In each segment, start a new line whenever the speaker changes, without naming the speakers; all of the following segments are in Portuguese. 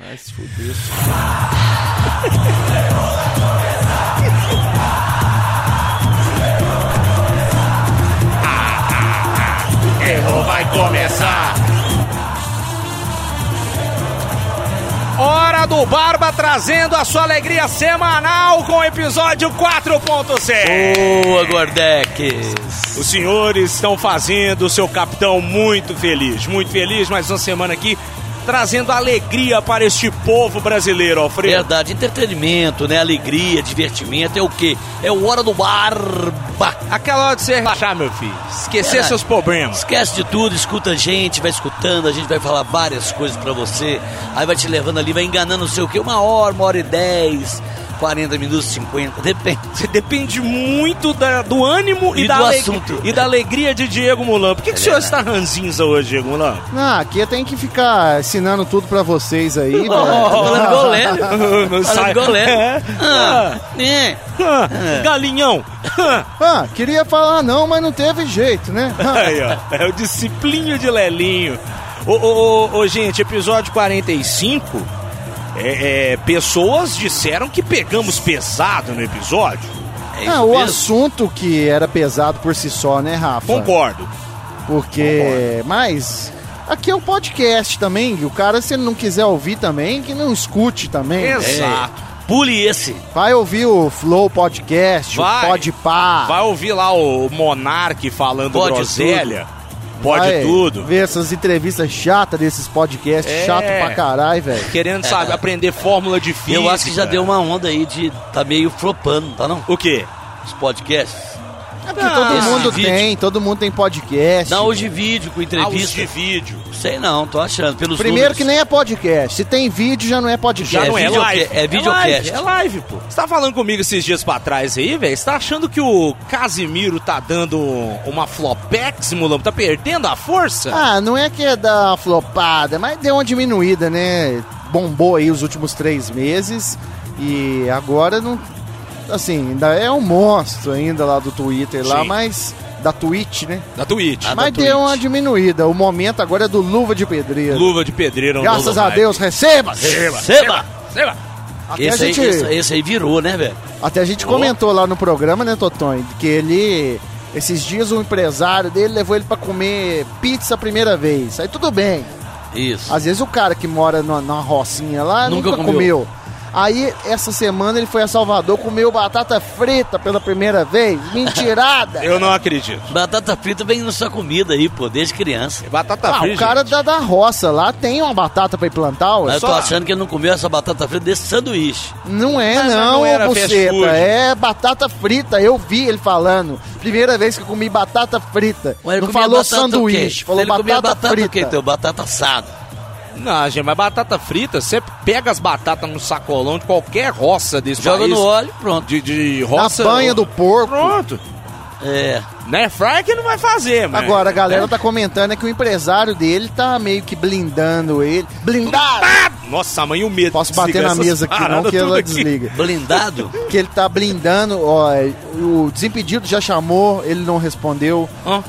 Vai se fuder.
Errou, vai começar.
Hora do Barba trazendo a sua alegria semanal com o episódio 4.6.
Boa, Gordex!
Os senhores estão fazendo o seu capitão muito feliz, muito feliz. Mais uma semana aqui trazendo alegria para este povo brasileiro, Alfredo.
Verdade, entretenimento, né? Alegria, divertimento, é o quê? É o Hora do Barba!
Aquela hora de você relaxar, meu filho. Esquecer
Verdade.
seus problemas.
Esquece de tudo, escuta a gente, vai escutando, a gente vai falar várias coisas pra você, aí vai te levando ali, vai enganando não sei o quê, uma hora, uma hora e dez, 40 minutos, 50, depende.
Você depende muito da- do ânimo e,
E
da
do
aleg-
assunto. É.
e da alegria de Diego Mulan. Por que, que o senhor está ranzinza hoje, Diego Mulan?
Não, Ah, aqui eu tenho que ficar ensinando tudo pra vocês aí, velho.
Falando golélio.
Não sai.
Falando golélio.
É.
Ah, é.
Ah, Galinhão. Ah,
Ah, queria falar não, mas não teve jeito, né?
Aí, ó. É o disciplinho de Lelinho. Ô, ô, ô, ô, gente, episódio 45. É, é, pessoas disseram que pegamos pesado no episódio.
É
Ah,
isso
o
mesmo.
assunto que era pesado por si só, né, Rafa?
Concordo.
Porque, mas aqui é um podcast também, e o cara se ele não quiser ouvir também, que não escute também. né?
Exato.
É. Pule esse.
Vai ouvir o Flow Podcast,
Vai.
o Podpah.
Vai ouvir lá o Monark falando
Ah. Pode
groselha. Pode
Vai
tudo.
Ver essas entrevistas chatas desses podcasts,
É.
chato pra caralho, velho.
Querendo, sabe, aprender fórmula de física.
É. Eu acho que já deu um uma onda aí de. tá meio flopando, tá não?
O quê?
Os podcasts.
É porque todo
esse
mundo
vídeo-
tem, todo mundo tem podcast.
Dá hoje vídeo com
Aulas
entrevista.
de vídeo.
Sei não, tô achando. Pelos
Primeiro
números.
que nem é podcast. Se tem vídeo, já não é podcast.
Já
É
não é
videoca-
live.
é videocast.
live, É live, pô. Você tá falando comigo esses dias pra trás aí, velho? Você tá achando que o Casimiro tá dando uma flopex, mulambo? Tá perdendo a força?
Ah, não é que é da flopada, mas deu uma diminuída, né? Bombou aí os últimos três meses e agora não. Assim, ainda é um monstro ainda lá do Twitter lá,
Sim.
mas. Da Twitch, né?
Da Twitch.
Ah, da
mas deu
Twitch.
uma diminuída. O momento agora é do Luva de Pedreiro.
Luva de pedreiro. é um
Graças
novo
a
hype.
Deus, receba!
Seba!
Seba.
Até a
Esse, aí,
gente,
esse, esse aí virou, né, velho?
até a gente comentou lá no programa, né, Totonho? Que ele. Esses dias o empresário dele levou ele pra comer pizza a primeira vez. Aí tudo bem.
Isso.
Às vezes o cara que mora numa, numa rocinha lá
Nunca
nunca,
comeu.
comeu. Aí, essa semana, ele foi a Salvador, comeu batata frita pela primeira vez. Mentirada!
Eu não acredito.
Batata frita vem na sua comida aí, pô, desde criança.
Batata
ah,
frita.
o cara da, da roça lá tem uma batata pra ir plantar, ué.
Mas eu tô
só-
achando que ele não comeu essa batata frita desse sanduíche.
Não é,
Mas
não,
não era fast food.
buceta. É batata frita. Eu vi ele falando. Primeira vez que eu comi batata frita.
Ué, ele
não
comia
falou
batata o quê?
sanduíche, falou
ele comia
batata,
batata o quê,
frita.
então? Batata assada.
Não, gente, mas batata frita, você pega as batatas no sacolão de qualquer roça desse
Joga
país.
no óleo, pronto.
De, de
Na
roça.
banha do porco.
Pronto.
É.
Né, Fry que não vai fazer, mano.
Agora, a galera tá comentando é que o empresário dele tá meio que blindando ele. Blindado!
Nossa, mãe, o medo.
Posso
de
bater
desligar
na
essas
mesa aqui não,
paradas
que ela
tudo aqui.
desliga.
Blindado?
Que ele tá blindando, ó, o Desimpedido já chamou, ele não respondeu.
Hã?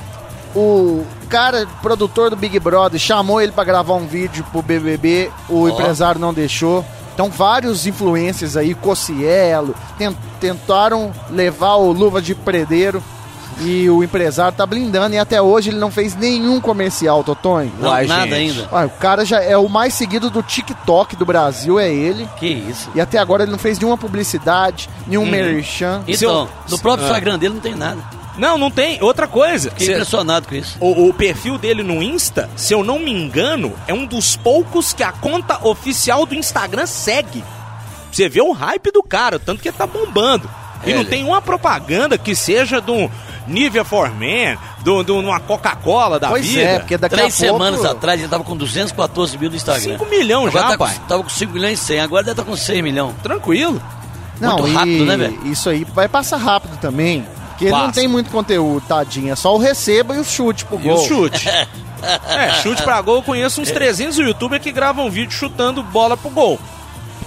O cara, produtor do Big Brother, chamou ele pra gravar um vídeo pro BBB, o
Ó.
empresário não deixou. Então vários influencers aí, Cocielo, ten- tentaram levar o Luva de Predeiro e o empresário tá blindando e até hoje ele não fez nenhum comercial, Totonho.
Não,
Uai,
nada
gente.
ainda.
Ué, o cara já é o mais seguido do TikTok do Brasil, é ele.
Que isso?
E até agora ele não fez nenhuma publicidade, nenhum merchan.
E se eu-
Então, no próprio
Ah.
Instagram dele não tem nada.
Não, não tem. Outra coisa.
Fiquei
cê-
impressionado com isso.
o, o perfil dele no Insta, se eu não me engano, é um dos poucos que a conta oficial do Instagram segue. Você vê o hype do cara, o tanto que ele tá bombando. E
É,
não
ele-
tem uma propaganda que seja de um Nivea for Men, de uma Coca-Cola da
pois
vida.
é, porque daqui
Três
a pouco...
semanas atrás ele tava com 214 mil no Instagram.
5 milhões
Agora
já,
tá com-
pai.
tava com 5 milhões e 100, agora deve estar com 6 milhões.
Tranquilo.
Não,
Muito
e
rápido, né, velho?
Isso aí vai passar rápido também. Porque ele não
Passa.
tem muito conteúdo, tadinho. É só o receba e o chute pro
E
gol.
o chute. é, chute pra gol, eu conheço uns 300 youtubers que gravam um vídeo chutando bola pro gol.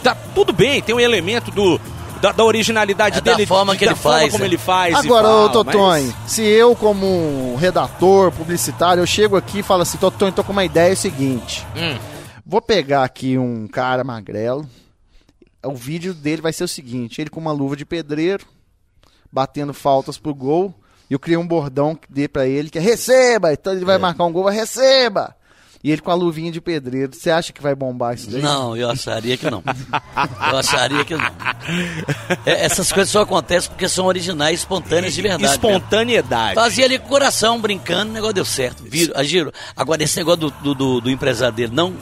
Tá tudo bem, tem um elemento do da, da originalidade
É da
dele,
forma que
da
ele
forma
faz,
como
né?
ele faz. e
Agora,
tal,
ô Totonho,
mas-
se eu, como
Hum.
um redator, publicitário, eu chego aqui e falo assim, Totonho, tô com uma ideia, é o seguinte. Vou pegar aqui um cara magrelo. O vídeo dele vai ser o seguinte: ele com uma luva de pedreiro, batendo faltas pro gol. E eu criei um bordão que dê pra ele que é receba! Então ele
É.
vai marcar um gol, vai receba! E ele com a luvinha de pedreiro. Você acha que vai bombar isso daí?
Não, eu acharia que não. Eu acharia que não. É, essas coisas só acontecem porque são originais, espontâneas de verdade. né? Tá, mesmo.
Espontaneidade.
Fazia ali com o coração, brincando, o negócio deu certo. Viro, ah, giro. Agora, esse negócio do, do, do- do empresário dele, não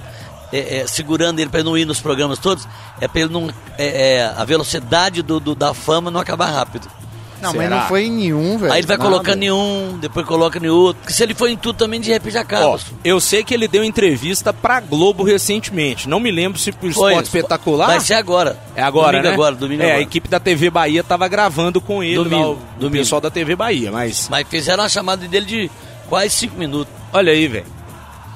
é, é, segurando ele pra ele não ir nos programas todos, é pra ele não. é, é, a velocidade do, do- da fama não acabar rápido.
Não, mas
Será?
não foi em nenhum, velho.
Aí ele vai
Nada.
colocando em um, depois coloca em outro. Porque se ele for em tudo também, de repente acaba.
Ó, eu sei que ele deu entrevista pra Globo recentemente. Não me lembro se pro
Foi.
Esporte Espetacular.
Vai ser agora.
É agora,
domingo
né?
agora, domingo
É,
agora.
a equipe da TV Bahia tava gravando com ele,
Domingo,
lá, o
domingo.
pessoal da TV Bahia, mas...
Mas fizeram uma chamada dele de quase cinco minutos.
Olha aí, velho.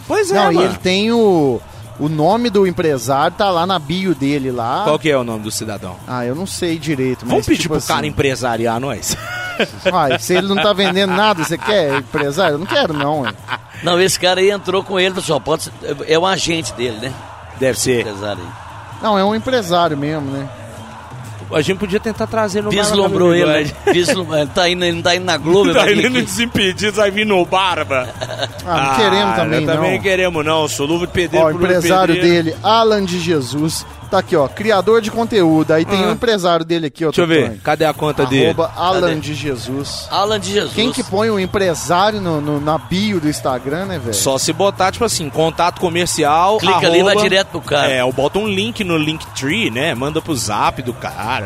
Pois é,
Não, e
mano.
ele tem o. O nome do empresário tá lá na bio dele lá.
Qual que é o nome do cidadão?
Ah, eu não sei direito, mas.
Vamos pedir
tipo
pro
assim,
cara empresariar nós.
Uai, se ele não tá vendendo nada, você quer empresário? Eu não quero, não, ué.
Não, esse cara aí entrou com ele, pessoal. Pode ser, é um agente dele, né?
Deve ser.
Empresário aí.
Não, é um empresário mesmo, né?
A gente podia tentar trazer ele no
Vislumbrou
Maracanã,
ele,
velho.
né? Vislum- ele tá indo, ele não tá indo na Globo,
Tá
vai vir
ele no
aqui.
Desimpedidos, vai vir no Barba.
Ah, não queremos também,
nós também
não.
queremos, não. Sou luva de pedreiro.
Ó, o
pro
empresário
pedreiro.
dele, Alan de Jesus, tá aqui, ó, criador de conteúdo. Aí tem
Ah.
o empresário dele aqui, ó.
Deixa eu ver,
Tony.
cadê a conta dele?
Arroba Alan
Cadê?
de Jesus.
Alan de Jesus.
Quem que põe o empresário no, no- na bio do Instagram, né, velho?
Só se botar, tipo assim, contato comercial.
Clica
arroba,
ali e vai direto pro cara.
É, ou bota um link no Linktree, né? Manda pro zap do cara.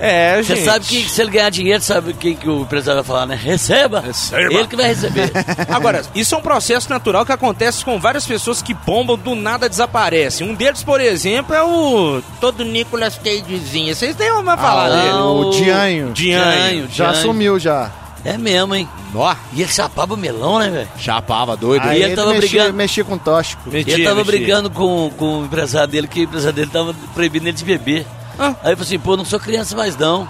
É,
Você
gente.
sabe que se ele ganhar dinheiro, sabe o que, que o empresário vai falar, né? Receba!
Receba.
Ele que vai receber.
Agora, isso é um processo natural que acontece com várias pessoas que bombam, do nada desaparecem. Um deles, por exemplo, é o. Todo Nicolas Cagezinho. Vocês têm uma
ah,
palavra dele?
o
o-
Dianho.
Dianho.
Já
Dianho.
sumiu, já.
É mesmo, hein?
Ó,
E ele chapava o melão, né, velho?
chapava doido.
Aí
ele
ele
tava
mexia,
brigando.
mexia com tóxico.
E ele tava brigando com, com o empresário dele, que o empresário dele tava proibindo ele de beber.
Ah.
Aí eu falei assim, pô, não sou criança mais não.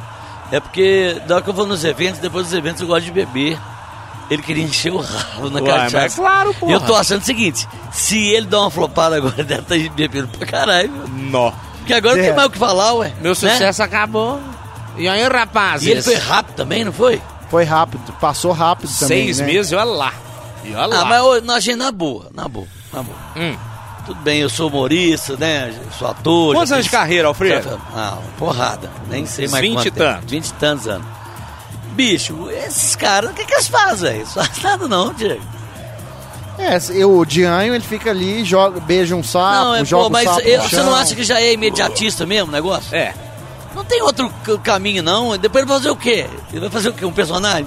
É porque da hora que eu vou nos eventos, depois dos eventos eu gosto de beber. Ele queria encher o rabo na
Uai,
cachaça.
mas é claro, porra.
E eu tô achando o seguinte, se ele dar uma flopada agora, ele deve estar bebendo pra caralho. meu.
Nó.
Porque agora não
É.
tem mais o que falar, ué.
Meu
Né?
sucesso é acabou. E aí, rapazes?
E ele foi rápido também, não foi?
Foi rápido, passou rápido também.
Seis
né?
meses, olha lá. E olha lá.
Ah, mas ô, na gente, na boa, na boa, na boa.
Hum.
Tudo bem, eu sou humorista, né? Sou ator. já
Quantos anos de
fiz-
carreira, Alfredo?
Já- Ah, uma porrada. Nem sei mais
20
quanto.
e tantos.
20 e tantos anos. Bicho, esses caras, o que, que eles fazem? Eles fazem nada não, Diego.
É, se- eu- o Dianho, ele fica ali, joga, beija um sapo,
não, é,
joga
pô,
um
mas
sapo
eu-
no
você não
chão.
acha que já é imediatista mesmo o negócio?
É.
Não tem outro c- caminho, não. Depois ele vai fazer o quê? Ele vai fazer o quê? Um personagem?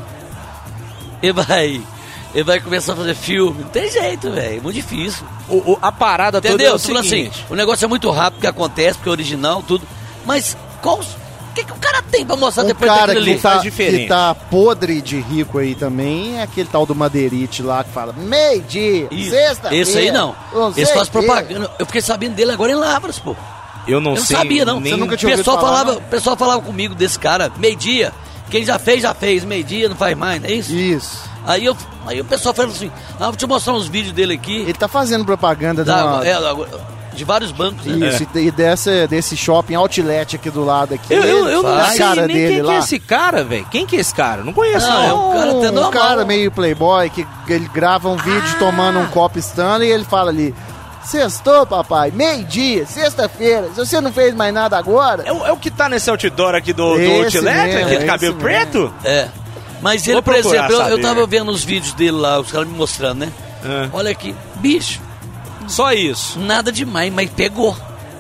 Ele vai... Ele vai começar a fazer filme. Não tem jeito, velho. É muito difícil.
O, o- a parada
Entendeu?
toda é o
Tipo assim,
seguinte.
o negócio é muito rápido que acontece, porque é original, tudo. Mas qual. os- O que, que o cara tem pra mostrar
Um
depois
cara
daquilo
que
ali?
tá,
Faz diferente.
que tá podre de rico aí também é aquele tal do Madeirite lá que fala meio-dia,
Ih,
sexta
Esse aí não. Esse faz propaganda.
é.
Eu fiquei sabendo dele agora em Lavras, pô.
Eu não
Eu não
sei.
sabia, não.
nem-
Você nunca
O
tinha ouvido
pessoal
falar,
falava,
não?
o pessoal falava comigo desse cara, meio-dia. Quem já fez, já fez. Meio-dia, não faz mais, não é isso?
Isso.
Aí, eu, aí o pessoal falou assim: ah, vou te mostrar uns vídeos dele aqui.
Ele tá fazendo propaganda de,
da-
uma-
é, da- de vários bancos. né?
Isso, e dessa, desse shopping outlet aqui do lado aqui.
Eu, eu, eu não
Faz.
sei
cara
nem
dele
quem
lá.
que é esse cara, velho. Quem que é esse cara? Não conheço,
Não,
não.
é um cara até
um
normal.
cara meio playboy que ele grava um vídeo tomando um copo Stanley e ele fala ali: Sextou, papai, meio-dia, sexta-feira. Se você não fez mais nada agora.
É, o, é o que tá nesse outdoor aqui do, do
Esse
Outlet,
mesmo,
aquele
esse
cabelo
mesmo.
preto?
É. Mas ele,
Vou
por
procurar
exemplo, eu, eu
saber.
tava vendo os vídeos dele lá, os caras me mostrando, né?
É.
Olha aqui, bicho,
Só isso.
nada demais, mas pegou.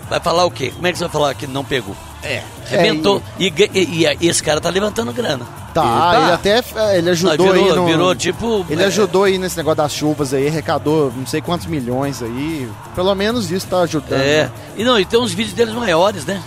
Vai falar o quê? Como é que você vai falar que não pegou?
É.
Arrebentou. e... ga- e- e esse cara tá levantando grana.
Tá,
Ele tá.
ele até eh, ele
Não,
ajudou
Ah, virou,
aí no,
virou tipo.
Ele
é,
ajudou aí nesse negócio das chuvas aí, arrecadou não sei quantos milhões aí. Pelo menos isso tá ajudando.
É.
né?
E não, e tem uns vídeos deles maiores, né?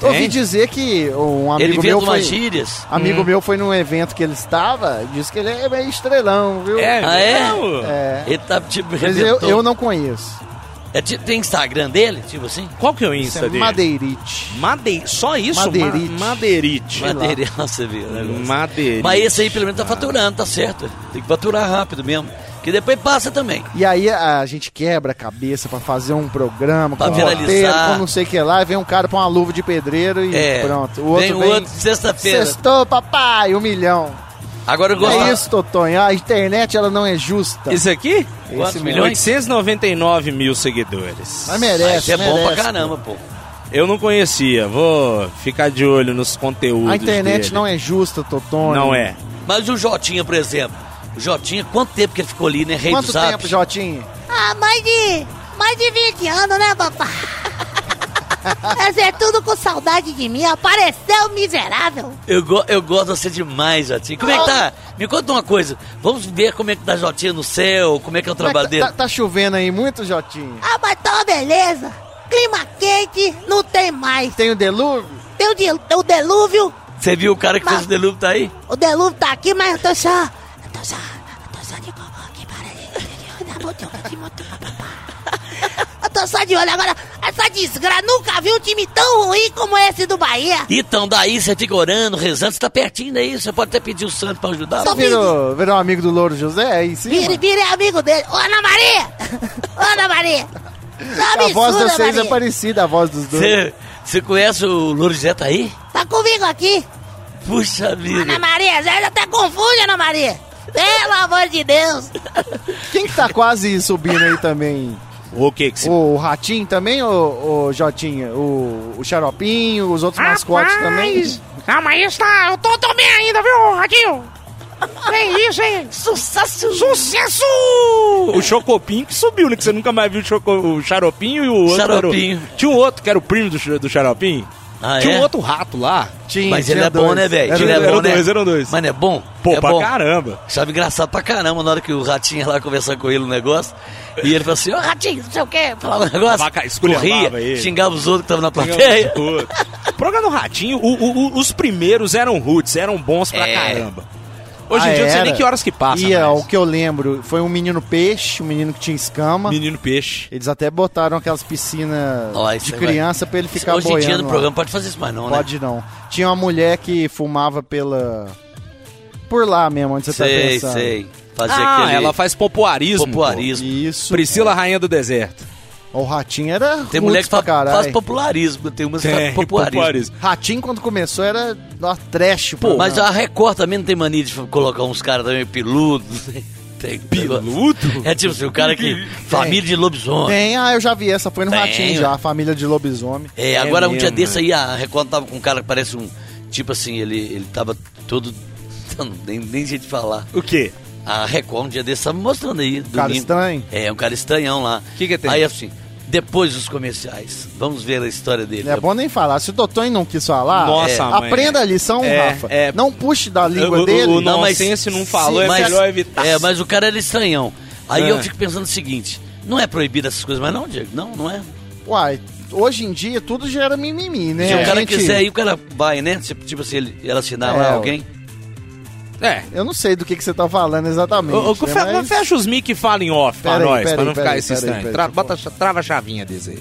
Eu Ouvi
Tem?
dizer que um
ele
amigo
inventa
meu
umas
foi.
gírias.
Amigo meu foi num evento que ele estava, disse que ele é meio estrelão, viu?
É,
Ah, é?
mesmo?
É.
Ele tá tipo.
Mas eu,
arrebentou.
eu não conheço.
É, tipo, tem Instagram dele? Tipo assim?
Qual que é o
Isso
Insta
é
dele?
Madeirite.
Madei- Só isso? Ma-
Madeirite.
Madeirite.
Sei lá.
Material, você viu? o negócio.
Madeirite.
Mas esse aí pelo menos tá faturando, tá certo. Tem que faturar rápido mesmo. Porque Que depois passa também.
E aí a gente quebra a cabeça pra fazer um programa,
Pra
com
viralizar.
roteiro, com não sei o que lá, e vem um cara com uma luva de pedreiro e
É.
pronto. O outro
Vem
vem,
o outro sexta-feira.
Sextou, papai, um milhão.
Agora eu gosto.
É isso, Totonho. A internet, ela não é justa.
Tá. Isso aqui?
Quantos
Esse
milhões?
899 mil seguidores.
Mas
Mas
merece,
é bom
merece.
pra caramba, pô.
Eu não conhecia, vou ficar de olho nos conteúdos.
A internet
dele.
não é justa, Totonho.
Não é.
Mas o Jotinha, por exemplo. O Jotinha, quanto tempo que ele ficou ali, né? Rei do
Quanto
Zap.
tempo, Jotinho? é
Ah, mais de. mais de 20 anos, né, papai? Mas é tudo com saudade de mim, apareceu miserável.
Eu, go- eu gosto de você demais, Jotinha. Como é que
Ah.
tá? Me conta uma coisa. Vamos ver como é que tá Jotinha no céu, como é que é o
Como é que
trabalho dele.
Tá, tá chovendo aí muito, Jotinho?
Ah, mas tá uma beleza. Clima quente, não tem mais.
Tem o delúvio?
Tem o, de- o delúvio,
Você viu o cara que fez o delúvio tá aí?
o delúvio tá aqui, mas eu tô só. Eu tô só. Eu tô só de cocô aqui, Tá para de- da botuca, um de botuca, papai. Eu tô só de olho agora. Essa desgraça nunca vi um time tão ruim como esse do Bahia.
Então, daí você fica orando, rezando, você tá pertinho daí, você pode até pedir o santo pra ajudar.
Tá.
Só-
Virou, virou um amigo do Louro José? É Aí sim.
Vire,
mano.
vire é amigo dele. Ô, Ana Maria! Ô, Ana Maria! Tá
A voz
absurda,
de vocês é
Maria.
parecida, a voz dos dois.
Você, você conhece o Lourdes tá aí?
Tá comigo aqui.
Puxa
Ana
é
vida.
Maria, você ainda até confunde, Ana Maria. Pelo amor de Deus.
Quem que tá quase subindo aí também?
O que que se...
O Ratinho também, o, o Jotinha? O, o Xaropinho, os outros mascotes também?
Calma aí, está. Eu tô, tô bem ainda, viu, Ratinho? Que isso, hein? Sucesso! Sucesso!
O Chocopinho que subiu, né? Que você nunca mais viu o, Choco... o Xaropinho e o outro. era o-
Xaropinho.
Tinha um outro que era o primo do, X- do Xaropinho.
Ah,
Tinha
é?
um outro rato lá.
Tinha,
Mas
tinha
ele é bom,
dois.
né, velho?
Era
Ele é
eram
bom, né?
dois, eram dois.
Mas não é bom?
Pô,
é
pra
bom.
caramba.
Sabe, engraçado pra caramba na hora que o Ratinho ia lá conversar com ele no negócio. E ele falou assim, ô Ratinho, não sei o quê. Falava um negócio,
Vaca- esculhambava ele.
xingava os outros que estavam na plateia.
O programa do Ratinho, o- o- o- os primeiros eram roots, eram bons pra
É.
caramba. Hoje em
Ah,
dia eu não sei
era?
nem que horas que passa.
E ó,
mais.
o que eu lembro foi um menino peixe, um menino que tinha escama.
Menino Peixe.
Eles até botaram aquelas piscinas
Ó, isso
de
aí
criança pra ele ficar
Hoje em
boiando.
dia no
lá.
programa pode fazer isso mais não, né?
Pode não. Tinha uma mulher que fumava pela. Por lá mesmo, onde você tá
Sei,
pensando.
sei. Fazer
Ah,
aquele
ela faz popuarismo.
popularismo.
pô.
Isso.
Priscila, rainha do deserto.
O ratinho era.
Tem mulher que
pra
fa- faz
caralho.
popularismo, tem umas que faz popularismo.
popuarismo.
Ratinho, quando começou, era uma trash, pô.
Mas a Record também não tem mania de colocar uns caras também peludos. Tem-
Piludo?
É tipo assim, o cara que. Família de lobisomem.
Tem, ah, eu já vi essa, foi no
Tem,
Ratinho
ué.
já, a família de lobisomem.
É,
É
agora um dia
mesmo,
desse
né?
aí a Record tava com um cara que parece um. Tipo assim, ele, ele tava todo. Não, nem, nem jeito de falar.
O quê?
A Record um dia desse tava mostrando aí. Domingo.
Cara estranho.
É, um cara estranhão lá.
Que que tem?
Aí assim, depois dos comerciais. Vamos ver a história dele.
Não é bom nem falar. Se o Totonho não quis falar,
Nossa,
é,
mãe.
aprenda a lição,
É,
Rafa.
é.
Não puxe da língua
O- o-
dele.
o não- nonsense não falou, é melhor evitar.
É, mas o cara era estranhão. Aí
Ah.
eu fico pensando o seguinte: não é proibido essas coisas, mas não, Diego? Não, não é.
Uai, hoje em dia tudo gera mimimi, né?
Se o
A
cara
gente-
quiser aí, o cara vai, né? Tipo, tipo assim, ele, ela assinar
É,
lá
ó.
alguém.
É.
Eu não sei do que, que você tá falando exatamente.
O, o,
né,
fe-
mas-
Fecha os mic e fala em off pra
Pera aí,
nós,
pera
pra
aí,
não
pera
ficar
aí,
esse
pera aí,
estranho.
pera aí,
Tra-
por favor.
bota, a cha- trava a chavinha desse aí.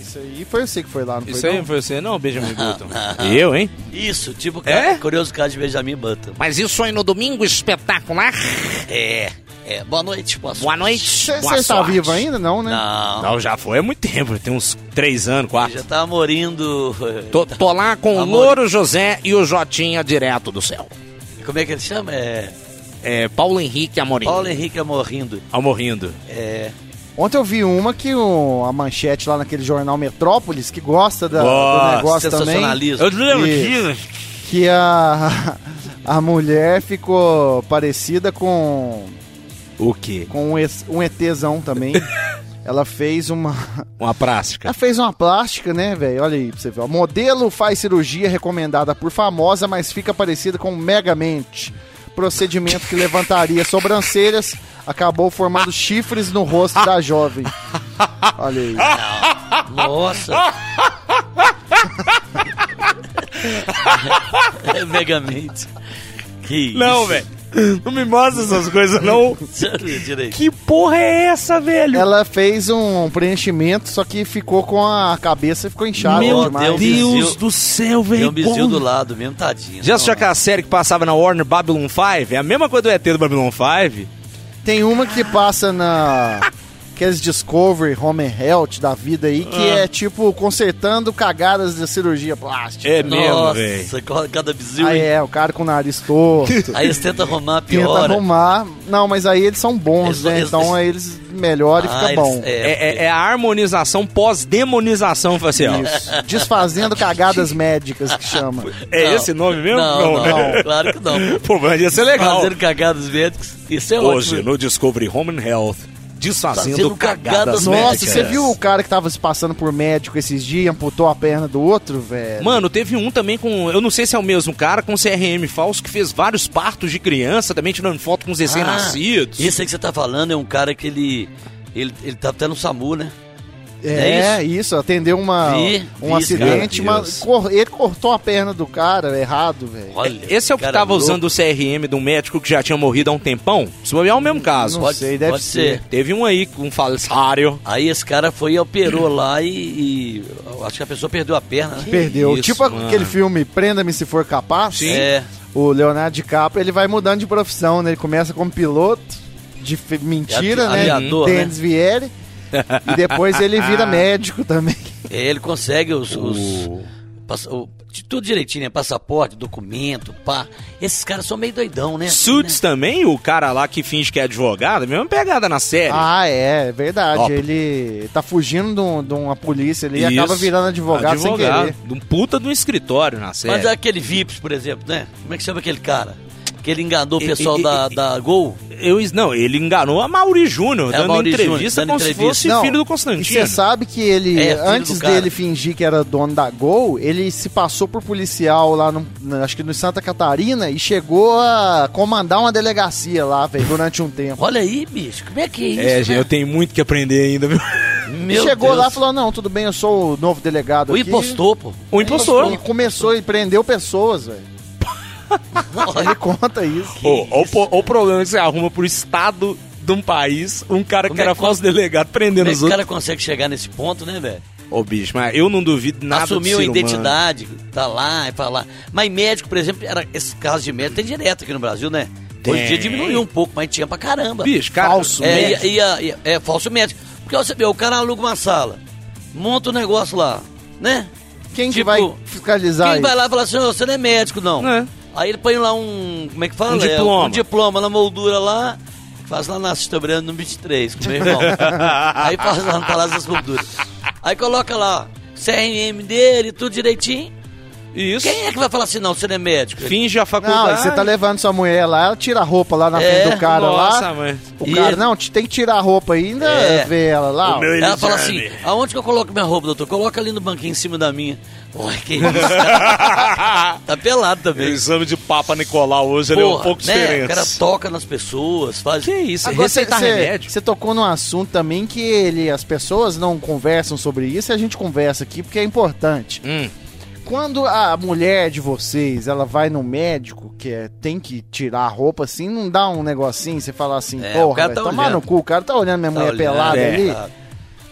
Isso aí foi você que foi lá, não
Isso
foi?
aí
não?
foi você, não, Benjamin Button? Eu, hein?
Isso, tipo, o
É?
cara, curioso caso de Benjamin Button.
Mas isso aí no domingo espetacular.
É, é. Boa noite, boa sorte.
Boa noite.
Você
boa
você está
sorte.
vivo ainda? Não, né?
Não,
Não, já foi há muito tempo, tem uns três anos,
ele já
quatro.
tá morindo.
Tô, tô lá com o
Amor.
Louro José e o Jotinha direto do céu.
Como é que ele chama? É.
É, Paulo Henrique Amorim.
Paulo Henrique Amorrindo.
Amorrindo.
É.
Ontem eu vi uma que o- a manchete lá naquele jornal Metrópolis, que gosta da-
Gosta,
do negócio também,
sensacionalismo.
lembro
que a, a mulher ficou parecida com,
O quê?
com um, ex- um ETzão também. Ela fez uma.
Uma
Ela
prática.
fez uma plástica, né, velho? Olha aí pra você ver. ó. Modelo faz cirurgia recomendada por famosa, mas fica parecida com Megamente. Procedimento que levantaria sobrancelhas, acabou formando chifres no rosto da jovem. Olha aí.
Nossa. é Megamente. Que isso.
Não, velho. Não me mostra essas coisas, não.
Direito.
Que porra é essa, velho?
Ela fez um preenchimento, só que ficou com a cabeça e ficou inchada
Meu
demais.
Deus.
Deus
Bizil.
do céu,
Tem
velho.
um bizil
como-
do lado mesmo, tadinho.
Já assistiu aquela série que passava na Warner Babylon 5? É a mesma coisa do ET do Babylon 5?
Tem uma que passa na. Aqueles Discovery Home and Health da vida aí, que é tipo consertando cagadas de cirurgia plástica.
É mesmo,
Nossa,
velho. Ah,
co- cada bizil.
Aí
hein?
é, o cara com o nariz torto.
Aí eles tentam arrumar,
Tenta
piora.
arrumar. Não, mas aí eles são bons,
Eles-
né?
eles-
então aí eles melhoram
Ah,
e fica
eles-
bom.
É, é- é a harmonização pós-demonização assim, facial.
Isso. Desfazendo cagadas médicas que chama.
É
Não.
esse nome mesmo?
Não, não,
né?
claro que não.
Pô, mas ia ser legal.
É, Fazendo cagadas médicos, isso é
Hoje,
ótimo.
no Discovery Home and Health, desfazendo
Fazendo
cagadas
cagadas
Nossa,
médicas.
você viu o cara que tava se passando por médico esses dias, amputou a perna do outro, velho?
Mano, teve um também com. Eu não sei se é o mesmo cara, com CRM falso, que fez vários partos de criança, também tirando foto com os recém-nascidos.
Esse aí que você tá falando é um cara que ele. Ele, ele tá até no SAMU, né?
é,
é
isso? atendeu uma,
Vi,
um
vi,
acidente,
cara,
mas cor- ele cortou a perna do cara, é errado, velho.
Olha,
Esse é o que
cara
tava
louco.
usando o CRM de um médico que já tinha morrido há um tempão? Se bobear, é o mesmo caso.
Não sei, deve
pode
ser.
ser.
Teve um aí, um falsário.
Aí esse cara foi e operou lá e, e Acho que a pessoa perdeu a perna, né?
Perdeu.
Isso,
tipo aquele filme Prenda-me se for capaz.
É.
O Leonardo DiCaprio, ele vai mudando de profissão, né? Ele começa como piloto de fe- mentira,
Avi-
né?
aviador, né?
Denis Vieri. e depois ele vira médico também.
É, ele consegue os. os- passa- o- de tudo direitinho, né? Passaporte, documento, pá. Esses caras são meio doidão, né?
Suits também, o cara lá que finge que é advogado, mesma pegada na série.
Ah, é, é verdade.
Ó.
Ele tá fugindo de, um- de uma polícia ali e acaba
Isso.
virando advogado, sem querer.
De um puta de um escritório na
Né? Mas
série.
aquele Vips, por exemplo, né? Como é que chama aquele cara? Que ele enganou o
E-
pessoal
e- e-
da, da Gol?
Eu, não, ele enganou a Mauri Júnior,
É,
dando
Mauri
entrevista
Júnior, dando
como
entrevista.
se fosse filho do Constantino.
E você sabe que ele,
É, filho
antes
do cara.
dele fingir que era dono da Gol, ele se passou por policial lá, no, na- acho que no Santa Catarina, e chegou a comandar uma delegacia lá, velho, durante um tempo.
Olha aí, bicho, como é que é isso?
É,
né?
gente, eu tenho muito que aprender ainda, viu?
Meu
chegou
Deus.
lá e falou: Não, tudo bem, eu sou o novo delegado
O
aqui.
impostor, pô.
O impostor.
E começou e prendeu pessoas, velho. Ele conta isso.
Ô, ô, pô, ô, O problema é que você arruma pro estado de um país um cara
Como
que
é
era
que-
falso delegado prendendo
Como é
os
que o
outros.
cara consegue chegar nesse ponto, né, velho?
Ô, bicho, mas eu não duvido nada
Assumiu
do
a
ser
identidade, tá lá e falar. Mas médico, por exemplo, era esse caso de médico tem direto aqui no Brasil, né? Hoje em dia
Tem.
diminuiu um pouco, mas tinha pra caramba.
humano. Bicho, cara.
Falso.
É,
médico.
e- e a- e- é falso médico. Porque você vê, o cara aluga uma sala, monta um negócio lá, né?
Quem que
Tipo,
vai fiscalizar
Quem
isso?
vai lá e fala assim, "Ô, você não é médico, não.
É.
Aí ele põe lá um. Como é que fala?
Um
É,
diploma.
Um diploma na moldura lá. Faz lá na Sexta-feira no 23, com meu irmão. Aí faz lá no Palácio das Molduras. Aí coloca lá, CRM dele, tudo direitinho.
Isso.
Quem é que vai falar assim, não, você não é médico?
Finge a faculdade.
Não, e você tá levando sua mulher lá, ela tira a roupa lá na
É,
frente do cara
Nossa,
lá.
mãe.
O cara,
Isso.
não, te- tem que tirar a roupa aí, ainda
É.
vê ela lá. ó.
Ela fala assim, aonde que eu coloco minha roupa, doutor? Coloca ali no banquinho em cima da minha. Ué, que isso? tá pelado
O
também.
exame de Papa Nicolau hoje ele é um
Porra,
pouco
né?
diferente.
O cara toca nas pessoas, faz...
Que isso?
Agora,
receitar
cê- cê-
remédio?
Você tocou num assunto também que ele, as pessoas não conversam sobre isso e a gente conversa aqui porque é importante.
Hum.
Quando a mulher de vocês, ela vai no médico, que é, tem que tirar a roupa assim, não dá um negocinho, você fala assim,
É, o
porra,
cara
vai
tá
tomar
olhando.
no cu, o cara tá olhando minha
Tá
mulher
olhando,
pelada
é.
ali.
Tá.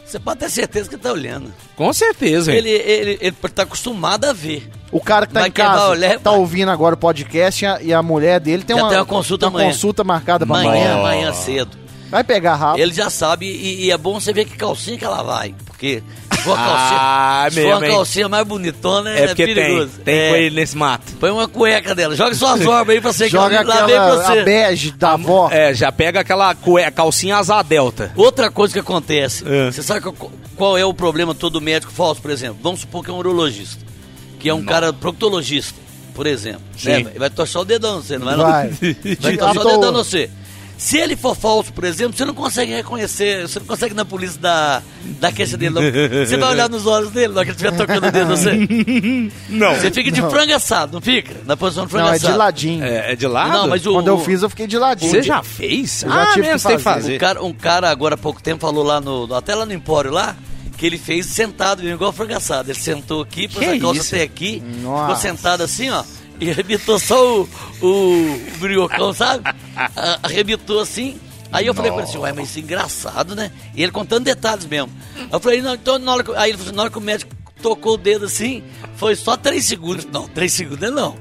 Você pode ter certeza que ele tá olhando.
Com certeza, hein?
Ele, ele, ele tá acostumado a ver.
O cara que tá
Vai
em
quem vai
casa,
olhar,
tá
vai.
ouvindo agora o podcast e a, e a mulher dele tem
Já
uma,
tem uma consulta
uma
amanhã.
consulta marcada pra
Amanhã,
amanhã.
amanhã cedo.
Vai pegar rápido.
Ele já sabe, e, e é bom você ver que calcinha que ela vai. Porque se for, uma calcinha,
Ah,
se for
mesmo,
uma
hein?
calcinha mais bonitona, é,
É porque tem,
perigoso.
tem
É,
coelho nesse mato.
Põe uma cueca dela, joga suas orbas aí pra você
Joga
que lá vem pra
aquela a
você.
bege da avó.
É, já pega aquela cueca, calcinha asa delta.
Outra coisa que acontece,
É.
você sabe qual, qual é o problema todo médico falso, por exemplo? Vamos supor que é um urologista, que é um cara proctologista, por exemplo. né?
Sim.
Vai- Vai torcer o dedão, você não vai,
Vai.
não. Vai torcer o
Ator.
dedão em você. Se ele for falso, por exemplo, você não consegue reconhecer, você não consegue ir na polícia da, da queixa dele. não. Você vai olhar nos olhos dele, na hora que ele estiver tocando o dedo, você,
Não.
você fica de frango assado, não fica? Na posição de frango
Não, é de
assado.
ladinho.
É, é de lado?
Não, mas o,
Quando eu
o-
fiz, eu fiquei de ladinho.
Você já fez?
Eu já
ah,
tive
mesmo,
que
você tem que
fazer.
fazer.
Um cara, um cara agora há pouco tempo falou lá no. Até lá no Empório lá, que ele fez sentado, mesmo, igual frango assado. Ele sentou aqui, pôs
Que
a calça
isso?
até aqui,
Nossa.
ficou sentado assim, ó. e arrebitou só o, o, o briocão, sabe? A- Arrebitou assim. Aí eu falei pra ele assim, ué, mas isso é engraçado, né? E ele contando detalhes mesmo. Eu falei, não, então na hora que, aí ele falou assim, na hora que o médico tocou o dedo assim, foi só três segundos. Não, três segundos né, não.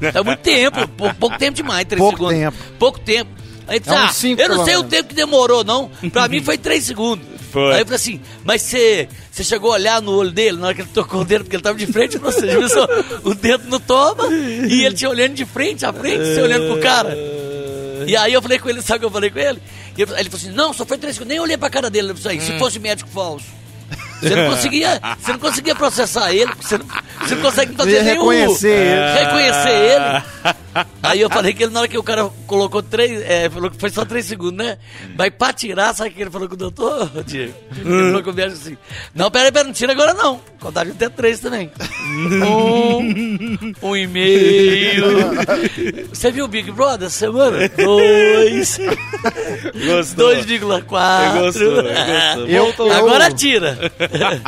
É muito tempo, pou- pouco tempo demais, três
Pouco
segundos.
tempo.
Pouco tempo. Aí ele disse,
É uns
ah,
cinco,
eu não sei o
provavelmente.
tempo que demorou, não. Pra mim foi três segundos.
Foi.
Aí eu falei assim, mas você você chegou a olhar no olho dele na hora que ele tocou o dedo, porque ele tava de frente pra você, viu? só? O dedo não toma e ele te olhando de frente, à frente, você olhando pro cara. E aí eu falei com ele, sabe o que eu falei com ele? E ele aí ele falou assim, não, só foi três segundos, nem olhei pra cara dele, ele falou assim, se fosse médico falso. Você não conseguia, você não conseguia processar ele, porque você não, você não consegue fazer
Ia
nenhum...
reconhecer ele.
Reconhecer ele. Aí eu falei que ele, na hora que o cara colocou três, é, falou que foi só três segundos, né? Mas pra tirar, sabe o que ele falou com o doutor, Diego? Ele falou com o médico assim, não, peraí, peraí, não tira agora não. Contagem até três também. um, um e meio. Você viu o Big Brother essa semana? Dois,
Gostou?
2,4.
Gostou, gostou.
Eu-
Voltou.
eu-
Agora tira.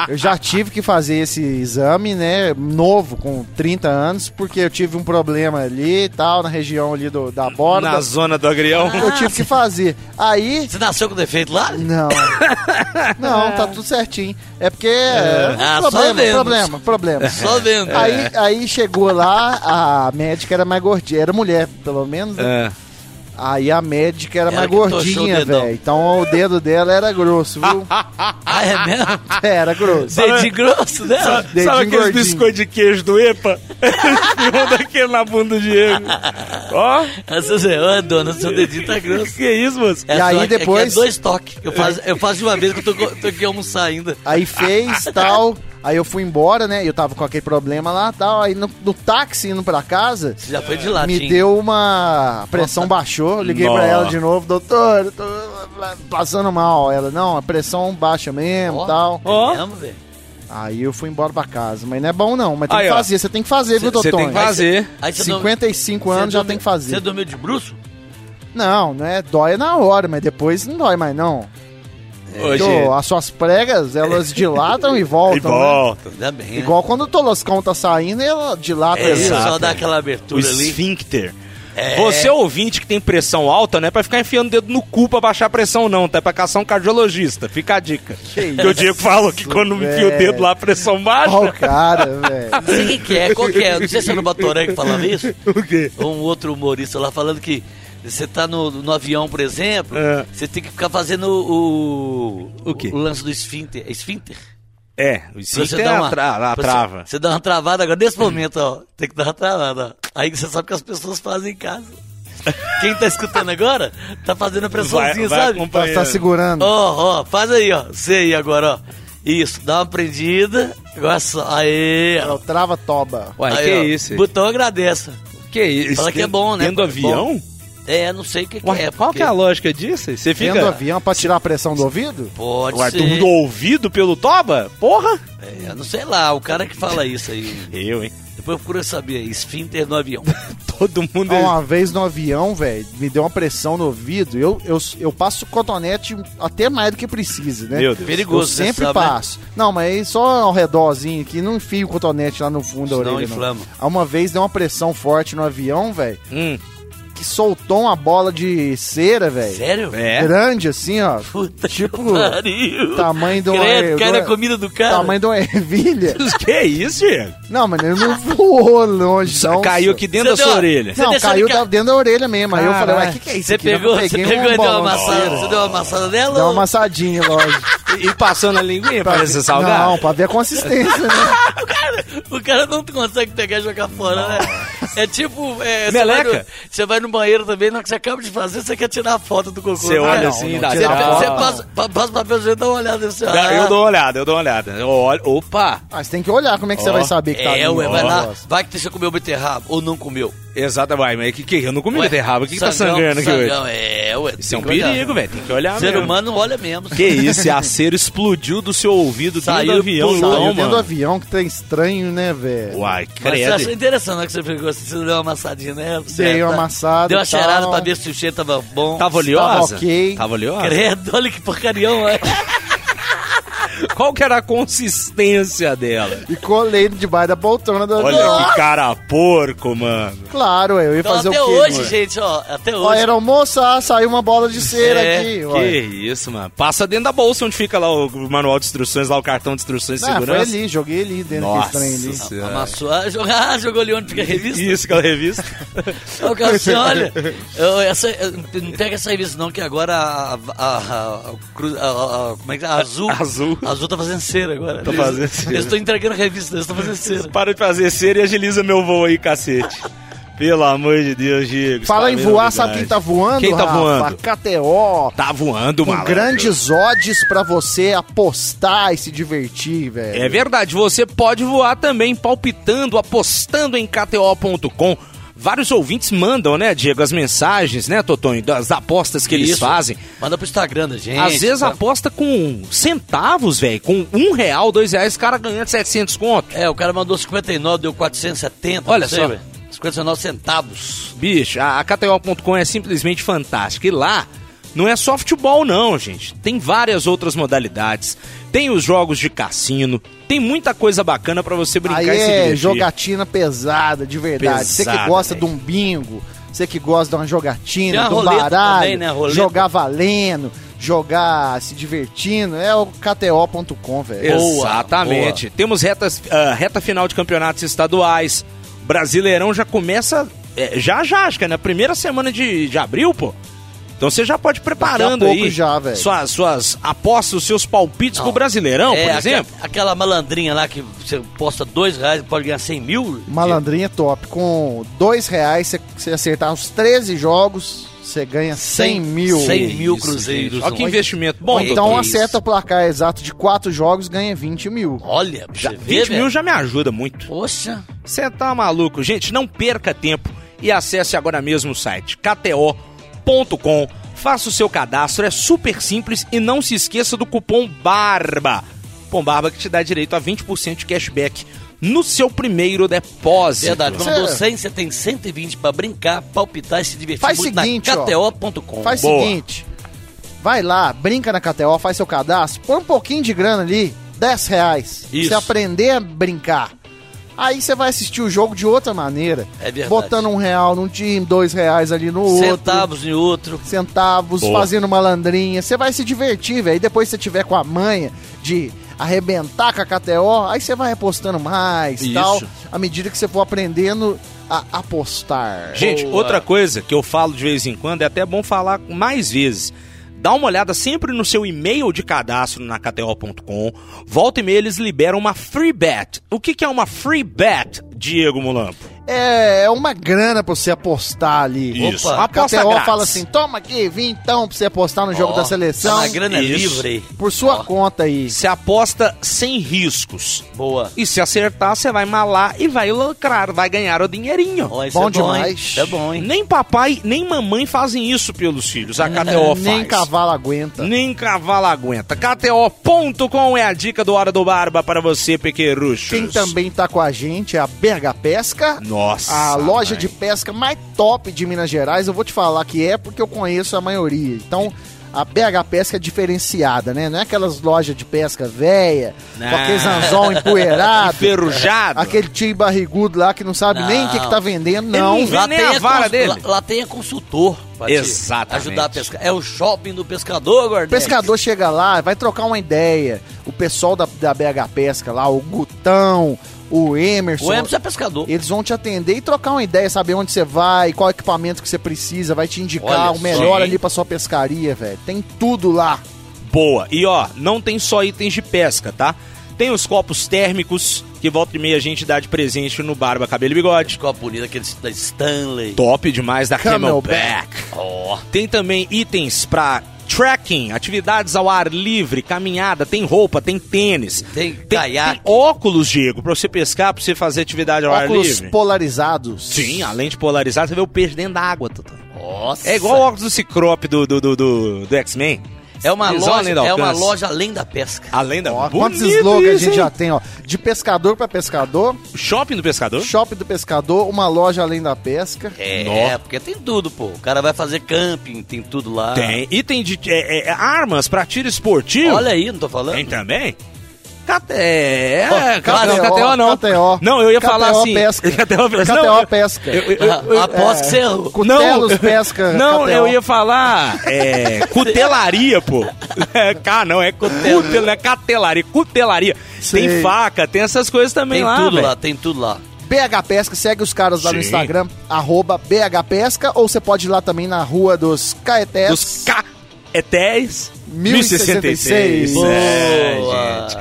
Eu já tive que fazer esse exame, né, novo, com 30 anos, porque eu tive um problema ali e tal, na região ali do, da borda.
Na zona do agrião.
Eu tive que fazer. Aí.
Você nasceu com defeito lá?
Não. Não, tá tudo certinho. É porque.
Ah, só
problema,
vemos. É.
problema, problema.
Só É. vendo.
É. Aí, aí chegou lá, a médica era mais gordinha, era mulher, pelo menos. né?
É.
Aí a médica era
Ela
mais
que torceu o
gordinha,
dedão.
velho. Então o dedo dela era grosso, viu?
Ah, é mesmo?
É, era grosso.
Dedinho grosso, né?
Dedinho
Sabe aqueles
gordinho.
biscoitos de queijo do EPA? Espiou daquele na bunda do Diego. Ó,
Essa você, ô, dona, seu dedinho tá grosso.
que isso, moço?
É
E
só-
aí
é que
depois- É.
É dois toques. Eu faço, eu faço de uma vez que eu tô, co- tô aqui almoçar ainda.
Aí fez, tal. Aí eu fui embora, né? Eu tava com aquele problema lá, tal. Aí no, no táxi indo pra casa,
Você já foi de lá,
me
Tim.
deu uma... a pressão baixou. Liguei pra
Nó.
ela de novo. Doutor, eu tô passando mal. Ela, não, a pressão baixa mesmo,
Ó.
tal.
Ó.
Vamos ver.
Aí eu fui embora pra casa. Mas não é bom, não. Mas tem
Aí,
que
ó.
fazer. Você tem que fazer, viu, doutor?
Você tem que fazer.
Aí você dorme-
55
você
anos já
dorme-
tem que fazer.
Você dormiu de bruxo?
Não, não é. Dói na hora, mas depois não dói mais, não.
Ô,
Então,
Diego.
as suas pregas, elas dilatam e voltam.
E
né?
volta.
Ainda bem, né?
Igual quando o Toloscão tá saindo, ela tá dilata
É,
ali.
Exato,
só dá
é.
aquela
O
abertura ali. É.
esfíncter. Você é ouvinte que tem pressão alta, não é pra ficar enfiando o dedo no cu pra baixar a pressão, não. Tá? É pra caçar um cardiologista. Fica a dica. Que, o Diego falou que quando enfia o dedo lá, a pressão baixa.
Ó, o cara, velho.
Não sei quem que é, qual que é. Não sei se era o Batoré que falava isso. O quê? Ou um outro humorista lá falando que você tá no, no avião, por exemplo,
É.
você tem que ficar fazendo o.
O quê?
O lance do esfínter. É Esfínter?
É, o
Pra
esfíncter é a, tra- a
pra
trava.
Você, você dá uma travada agora nesse momento, ó. Tem que dar uma travada. ó. Aí você sabe que as pessoas fazem em casa. Quem tá escutando agora tá fazendo a pressãozinha, sabe?
Tá,
acompanhando.
tá segurando.
Ó, ó, faz aí, ó. Você aí agora, ó. Isso, dá uma prendida. Agora só. Aê, ó.
Ela trava toba.
Ué,
Aí,
que
ó,
isso?
Botão agradeça.
Que isso?
Fala que é bom, né?
Dentro do avião?
É, não sei o que, que
Ué,
é.
qual que é a lógica disso? Você
Dentro do
fica...
avião pra tirar a pressão do ouvido?
Pode
Ué,
ser.
do, do ouvido pelo toba? Porra!
É, não sei lá, o cara que fala isso aí.
Eu, hein?
Depois procura saber. Esfínter um. no avião.
Todo mundo...
Uma vez no avião, velho, me deu uma pressão no ouvido. Eu, eu, eu passo cotonete até mais do que precisa, né?
Meu Deus.
Eu
Perigoso, você
sempre
sabe, né?
passo. Não, mas aí só ao redorzinho aqui, não enfio o cotonete lá no fundo da
Senão
orelha.
inflama.
Não. Uma vez deu uma pressão forte no avião, velho,
Hum,
que soltou uma bola de cera, velho.
Sério?
é.
Grande assim, ó.
Puta
Tipo,
que pariu.
tamanho do-
Credo,
do-
cai na comida do cara.
Tamanho de uma ervilha.
é- Que isso, Diego?
Não, mano, ele não voou longe, não.
Caiu
só.
aqui dentro
Você
da sua
deu-
orelha.
Você
Não,
deixou
caiu
ele ca-
da- dentro da orelha mesmo. Aí eu falei, ué, o que, que é isso?
Você
aqui? Não,
pegou,
eu
você
peguei
pegou e deu uma
bolão de
amassada,
cera.
você deu uma amassada nela?
Deu uma
ou-
amassadinha, lógico.
E, e passando a linguinha pra ver se é salgar?
Não, pra ver a consistência, né?
O cara não consegue pegar e jogar fora, né? É tipo. É, você vai
Meleca.
no- Você vai no banheiro também, na hora que você acaba de fazer, você quer tirar a foto do cocô.
Você
né?
olha
não,
assim,
não
dá
Você,
tira
dá-
a
você
foto.
passa, pa- passa o papel, você dá uma olhada. Você,
dá-
ah,
Eu dou uma olhada, eu dou uma olhada. Eu olho- opa!
Mas tem que olhar como é que você
Ó.
vai saber que tá
É,
ali,
ué,
ó.
vai lá. Vai que você comeu beterraba ou não comeu.
Exato, vai, mas que, que eu não comi
Ué,
beterraba, o que, que tá
sangão,
sangrando aqui hoje?
sangão, É, ué.
Isso é um
tem que olhar. né?
perigo, velho, tem que olhar
Ser
mesmo.
humano olha mesmo.
Que isso, esse acero explodiu do seu ouvido
Saiu,
dentro do avião,
pulou,
Saiu
não,
dentro do
mano.
avião, que tá estranho, né, velho?
Uai,
Mas você achou
credo.
interessante na hora que você pegou, assim, você deu uma amassadinha nela. tá
Dei uma amassada
Deu uma
e tal.
cheirada pra ver se o cheiro tava bom.
Tava oleosa?
Tava ok.
Tava oleosa?
Credo, olha que porcarião, é.
Qual que era a consistência dela?
E colei debaixo da poltrona do
Olha
avião. Ah,
que cara porco, mano.
Claro, eu ia
Então,
fazer
até
o quê?
hoje,
mano?
gente, ó, até
Ó,
hoje.
era almoçar, saiu uma bola de cera
É,
aqui.
Que
olha.
isso, mano. Passa dentro da bolsa onde fica lá o manual de instruções, lá o cartão de instruções de
Ah, foi
segurança.
ali, joguei ali dentro
Nossa
daquele trem ali.
Senhora.
Amassou, ah, jogou, ah, jogou ali onde fica a revista.
Isso, aquela revista.
Eu falo assim, olha, eu- essa- eu- não pega essa revista não, que agora a, a- a- a cru- a- a- como é que é? A Azul,
Azul.
A Azul tá fazendo cera agora.
Tá
Eles-
fazendo cera.
Eles estão entregando a revista, eles estão fazendo cera.
Para de fazer cera e agiliza meu voo aí, cacete. Pelo amor de Deus, Diego.
Fala em
Tá vendo
voar,
novidade?
sabe quem tá voando?
Quem tá
Rafa?
voando?
KTO.
Tá voando,
Com
mano.
grandes odds pra você apostar e se divertir, velho.
É verdade, você pode voar também palpitando, apostando em KTO.com. Vários ouvintes mandam, né, Diego, as mensagens, né, Totonho, das apostas que eles
Isso.
fazem.
Manda pro Instagram da gente.
Às vezes
tá?
aposta com centavos, velho, com um real, dois reais, o cara ganhando 700 conto.
É, o cara mandou 59, deu 470.
Olha
não sei,
só.
velho. 59 centavos.
Bicho, a, a KTO.com é simplesmente fantástica. E lá não é só futebol, não, gente. Tem várias outras modalidades. Tem os jogos de cassino. Tem muita coisa bacana pra você brincar
Aí
e se
é
divertir.
jogatina pesada, de verdade. Você que
Pesada, é.
gosta
velho.
de um bingo, você que gosta de uma
Tem
jogatina,
a
de um
roleta
baralho,
também, né? A roleta.
jogar valendo, jogar se divertindo, é o KTO.com, velho.
Boa,
Exatamente. Temos retas, ah, reta final de campeonatos estaduais. Brasileirão já começa. é, já já, acho que é na primeira semana de, de abril, pô. Então você já pode ir preparando
pouco
aí
já, velho.
suas, suas apostas, os seus palpites
Não.
pro Brasileirão,
É,
por
aque-
exemplo.
aquela malandrinha lá que você posta dois reais e pode ganhar 100 mil.
Malandrinha é top. Com dois reais, você- você acertar os 13 jogos, você ganha 100 mil. É
100 mil
Isso,
cruzeiros.
gente. Olha que investimento bom,
Ou então
doutor.
acerta o placar exato de quatro jogos, ganha 20 mil.
Olha, pra
Já,
você
20
ver,
mil
velho.
já me ajuda muito.
Poxa.
Você tá maluco? Gente, não perca tempo e acesse agora mesmo o site kto.com. Faça o seu cadastro, é super simples e não se esqueça do cupom BARBA. Cupom BARBA que te dá direito a 20% de cashback no seu primeiro depósito.
Verdade,
Você-
mandou 100, você tem 120 pra brincar, palpitar e se divertir
Faz
muito
seguinte,
na
ó.
KTO.com.
Faz
Boa.
seguinte, vai lá, brinca na KTO, faz seu cadastro, põe um pouquinho de grana ali, 10 reais. pra
Isso.
Você aprender a brincar. Aí você vai assistir o jogo de outra maneira.
É verdade. tá
Botando um real num time, dois reais ali no outro.
Centavos em outro.
centavos,
Boa.
fazendo malandrinha. Você vai se divertir, velho. E depois você tiver com a manha de arrebentar com a KTO, aí você vai apostando mais
Isso.
tal, à medida que você for aprendendo a apostar.
Gente,
Boa.
outra coisa que eu falo de vez em quando, é até bom falar mais vezes. Dá uma olhada sempre no seu e-mail de cadastro na KTO.com. Volta e meia, eles liberam uma free bet. O que, que é uma free bet, Diego Mulampo?
É, é uma grana pra você apostar ali.
Isso.
A
Aposta
KTO
grátis. tá
fala assim, toma aqui, vim então pra você apostar no jogo
Ó,
da seleção.
A grana é
Isso.
livre.
Por sua
Ó.
conta aí.
Você aposta sem riscos.
Boa.
E se acertar, você vai malar e vai lucrar, vai ganhar o dinheirinho.
Ó, isso
Bom
é bom, hein?
demais.
Isso é bom, hein?
Nem papai, nem mamãe fazem isso pelos filhos. A KTO faz.
Nem cavalo aguenta.
Nem cavalo aguenta. KTO.com é a dica do Hora do Barba para você, pequeruchos.
Quem também tá com a gente é a Berga Pesca.
Nossa.
A loja
mãe.
de pesca mais top de Minas Gerais, eu vou te falar que é porque eu conheço a maioria. Então, a BH Pesca é diferenciada, né? Não é aquelas lojas de pesca velha, com aqueles anzol empoeirado,
Enferrujado.
aquele tio barrigudo lá que não sabe nem o que, que tá vendendo, não.
Ele- nem a vara dele.
é Lá, lá tem a consultor pra te
Exatamente.
ajudar a pescar. É o shopping do pescador,
O
Gordon.
pescador chega lá, vai trocar uma ideia. O pessoal da, da BH Pesca lá, o Gutão, o Emerson.
O Emerson é pescador.
Eles vão te atender e trocar uma ideia, saber onde você vai, qual equipamento que você precisa, vai te indicar
Olha
o melhor
só, hein?
ali pra sua pescaria, velho. Tem tudo lá.
Boa. E ó, não tem só itens de pesca, tá? Tem os copos térmicos, que volta e meia a gente dá de presente no Barba Cabelo e Bigode.
Ficou a bonita aquele da Stanley.
Top demais da Camelback.
Camelback.
Ó.
Tem também itens pra trekking, atividades ao ar livre, caminhada, tem roupa, tem tênis.
Tem caiaque.
óculos, Diego, pra você pescar, pra você fazer atividade ao ar
Óculos
Então é livre.
polarizados.
Sim, além de polarizar, você vê o peixe dentro da água, Totó.
Nossa.
É igual o óculos do Ciclope do, do, do, do, do X-Men.
É uma
Eles
loja,
além do
é uma
alcance.
loja além da pesca.
Além da...
Ó, quantos
Bonito
slogans a
isso,
gente
hein?
já tem, ó. De pescador pra pescador,
Shopping do pescador?
shopping do pescador, uma loja além da pesca.
É,
Nó.
porque tem tudo, pô. O cara vai fazer camping, tem
Ah.
tudo lá.
Tem. Item de... é, é, armas pra tiro esportivo?
Olha aí, não tô falando.
Tem também. Cate... É,
Ó,
Cate-
KTO,
KTO não.
KTO.
Não, eu ia falar
KTO
assim.
pesca.
KTO pesca.
KTO
Não, eu-
pesca.
eu- eu- eu- eu-
Ah,
é.
Aposto que você errou.
Cutelos pesca.
Não,
KTO.
eu ia falar é, cutelaria, pô. É, K não, é cutelo, não é catelaria, cutelaria. Tem
Sei.
faca, tem essas coisas também
Tem
lá,
tudo
velho.
lá, tem tudo lá.
BH Pesca, segue os caras lá no
Sim.
Instagram, arroba BH Pesca, ou você pode ir lá também na rua dos Caetés.
Dos é K etés
1066.
É,
Boa.
gente.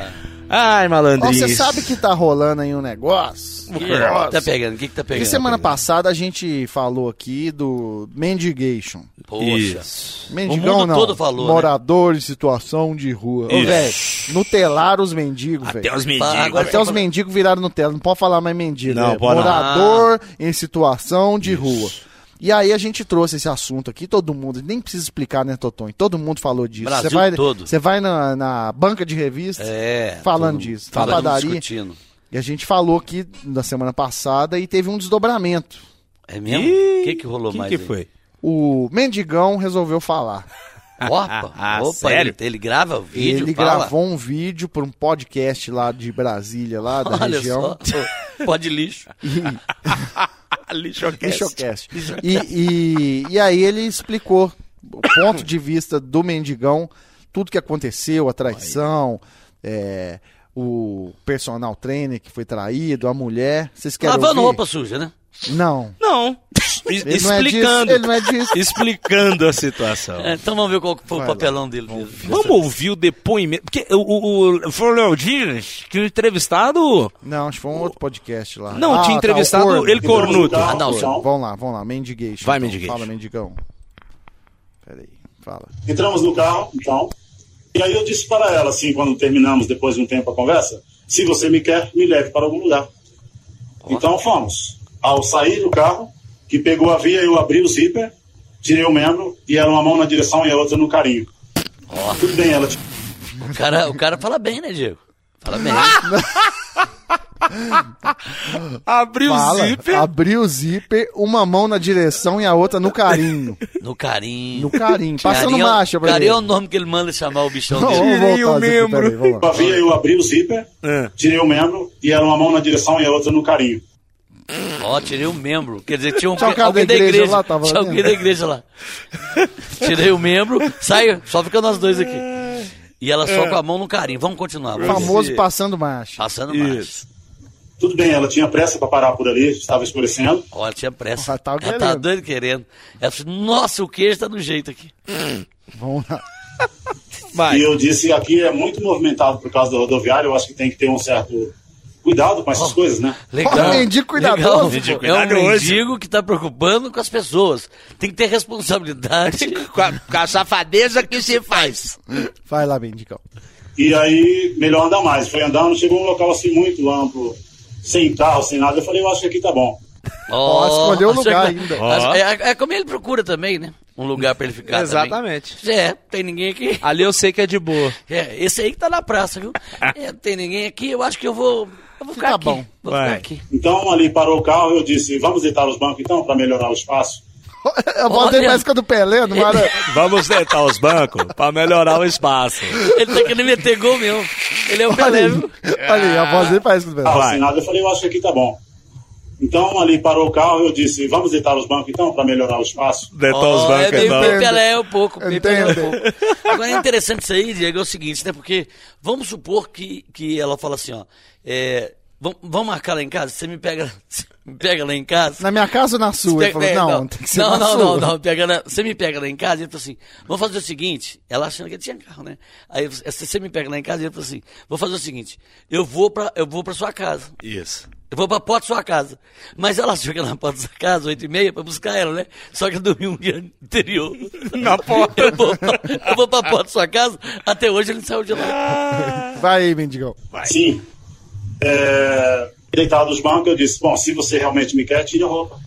Ai,
Ó,
malandrinho.
você sabe que tá rolando aí um negócio?
O que tá pegando? O que, que tá pegando?
Porque semana passada a gente falou aqui do Mendigation.
Poxa.
Isso.
Mendigão
O mundo
não.
todo falou, né?
Morador em situação de rua. Ô,
Isso.
velho, nutelaram os mendigos,
Até
velho.
os mendigos.
Agora- tá
Até os mendigos viraram Nutella. Não pode falar mais mendigo.
Não,
né?
pode não.
Morador
Ah.
em situação de rua. E aí a gente trouxe esse assunto aqui, todo mundo, nem precisa explicar, né, Toton? Todo mundo falou disso.
Brasil
você vai,
todo.
Você vai na, na banca de revista
É.
falando
tudo-
disso, na
Falando,
padaria.
discutindo.
e a gente falou aqui na semana passada e teve um desdobramento.
É
Ih,
mesmo? O que que rolou mais
que
aí?
foi?
O mendigão resolveu falar.
Opa,
Ah,
opa,
sério?
Ele, ele grava vídeo,
Ele
fala.
gravou um vídeo para um podcast lá de Brasília, lá da
Olha
região.
só, pode lixo.
Lixocast.
Lixocast. E, e, e aí ele explicou o ponto de vista do mendigão, tudo que aconteceu, a traição, é, o personal trainer que foi traído, a mulher. Vocês querem
Lavando
ouvir?
roupa suja, né?
Não.
Não. E-
Ele não é disso,
explicando.
ele não é disso.
Explicando a situação.
É, então vamos ver qual que foi o
Vai lá.
papelão dele. mesmo.
Vamos ouvir o depoimento. Porque o, o, o foi o Léo Dias que o entrevistado.
Não, acho que foi um outro podcast lá.
Não,
Ah,
tinha
tá,
entrevistado
o Corno.
ele cornuto.
Ah, não, só.
Então,
Vamos lá, vamos lá. Mendigation. então.
Vai, Mendigation.
Fala, mendigão. Peraí, fala.
Entramos no carro, então. E aí eu disse para ela, assim, quando terminamos depois de um tempo a conversa, se você me quer, me leve para algum lugar. Então fomos. Ao sair do carro, que pegou a via, eu abri o zíper, tirei o membro e era uma mão na direção e a outra no carinho. Tudo bem, ela
O cara, o cara fala bem, né, Diego? Fala bem.
Ah, Abriu o
Fala. Ah,
zíper.
Abriu o zíper, uma mão na direção e a outra no carinho.
No carinho.
No carinho. Passando
Carinho é o-
marcha pra
Carinho é
ele.
o nome que ele manda chamar o bichão
Não,
dele.
vamos
Tirei
voltar
o
aqui, peraí,
membro.
vamos
pegou
lá.
a via, eu abri o zíper,
Ah.
tirei o membro e era uma mão na direção e a outra no carinho.
Ó, tirei o membro. Quer dizer, tinha um,
Tinha um cara
alguém
da
da
igreja
igreja.
lá, tava
tinha alguém
vendo?
da igreja lá. tirei o membro, saiu. Só fica nós dois aqui. E ela
É.
só com a mão no carinho. Vamos continuar.
O
vamos.
famoso passando marcha.
Passando mais.
Isso.
Tudo bem, ela tinha pressa para parar por ali, estava escurecendo.
Olha, tinha pressa.
Ela tava
Ela tá
querendo.
doido querendo. Ela falou, nossa, o queijo tá do jeito aqui.
Vamos lá.
Vai.
E eu disse, aqui é muito movimentado por causa da rodoviária, eu acho que tem que ter um certo cuidado com essas coisas, né?
Legal.
Ó, mendigo cuidadoso,
Legal.
pô.
Mendigo
É um
cuidadoso.
mendigo que tá preocupando com as pessoas. Tem que ter responsabilidade.
Com a, com a safadeza que se faz.
Vai lá, Mendigão.
E aí, melhor andar mais. Foi andando, chegou um local assim muito amplo, sem carro, sem nada. Eu falei, eu acho que aqui tá bom.
Ó,
Ó, escolheu o
acho
lugar
que-
ainda.
acho- É, é como ele procura também, né? Um lugar pra ele ficar
Exatamente.
também. É, tem ninguém aqui.
Ali eu sei que é de boa.
É, esse aí que tá na praça, viu? É, tem ninguém aqui, eu acho que eu vou... Eu vou ficar
Fica
aqui.
bom.
Vou
Vai.
ficar aqui.
Então, ali parou o carro, eu disse, vamos deitar os bancos então, para melhorar o espaço.
A voz
Olha.
dele
É,
parece que é do Pelé, não era?
Vamos deitar os bancos pra melhorar o espaço.
Ele tá querendo meter gol mesmo. Ele é o
Olha
Pelé,
aí.
viu?
Olha aí, a voz dele parece que é do Pelé.
Carro
Vai.
sem nada. Eu falei, eu acho que aqui tá bom. Então, ali parou o carro, eu disse, vamos deitar os bancos então, para melhorar o espaço.
Deitar
Ó,
os
é
bancos
meio
então.
Entendo.
Pelé é um pouco, meio Pelé é um
Entendo.
pouco. Agora é interessante isso aí, Diego, é o seguinte, né? Porque vamos supor que, que ela fala assim, ó. É, vamos, vamos marcar lá em casa? Você me pega, você me pega lá em casa?
Na minha casa ou na sua? Ele
Pe-
falou,
é,
não, tem que ser
não,
na
não,
sua.
não, não, pega na- você me pega lá em casa, ele falou assim, vamos fazer o seguinte, ela achando que ele tinha carro, né? Aí você você me pega lá em casa, ele falou assim, vou fazer o seguinte, eu vou pra, eu vou pra sua casa,
Isso.
eu vou pra porta da sua casa. Mas ela chega na porta da sua casa, oito e meia, pra buscar ela, né? Só que eu dormi um dia anterior.
Na porta.
Eu vou, pra, eu vou pra porta da sua casa, até hoje ele não saiu de lá.
Vai aí, Mendigão.
Sim. É, deitado os bancos, eu disse, bom, se você realmente me quer, tire a roupa.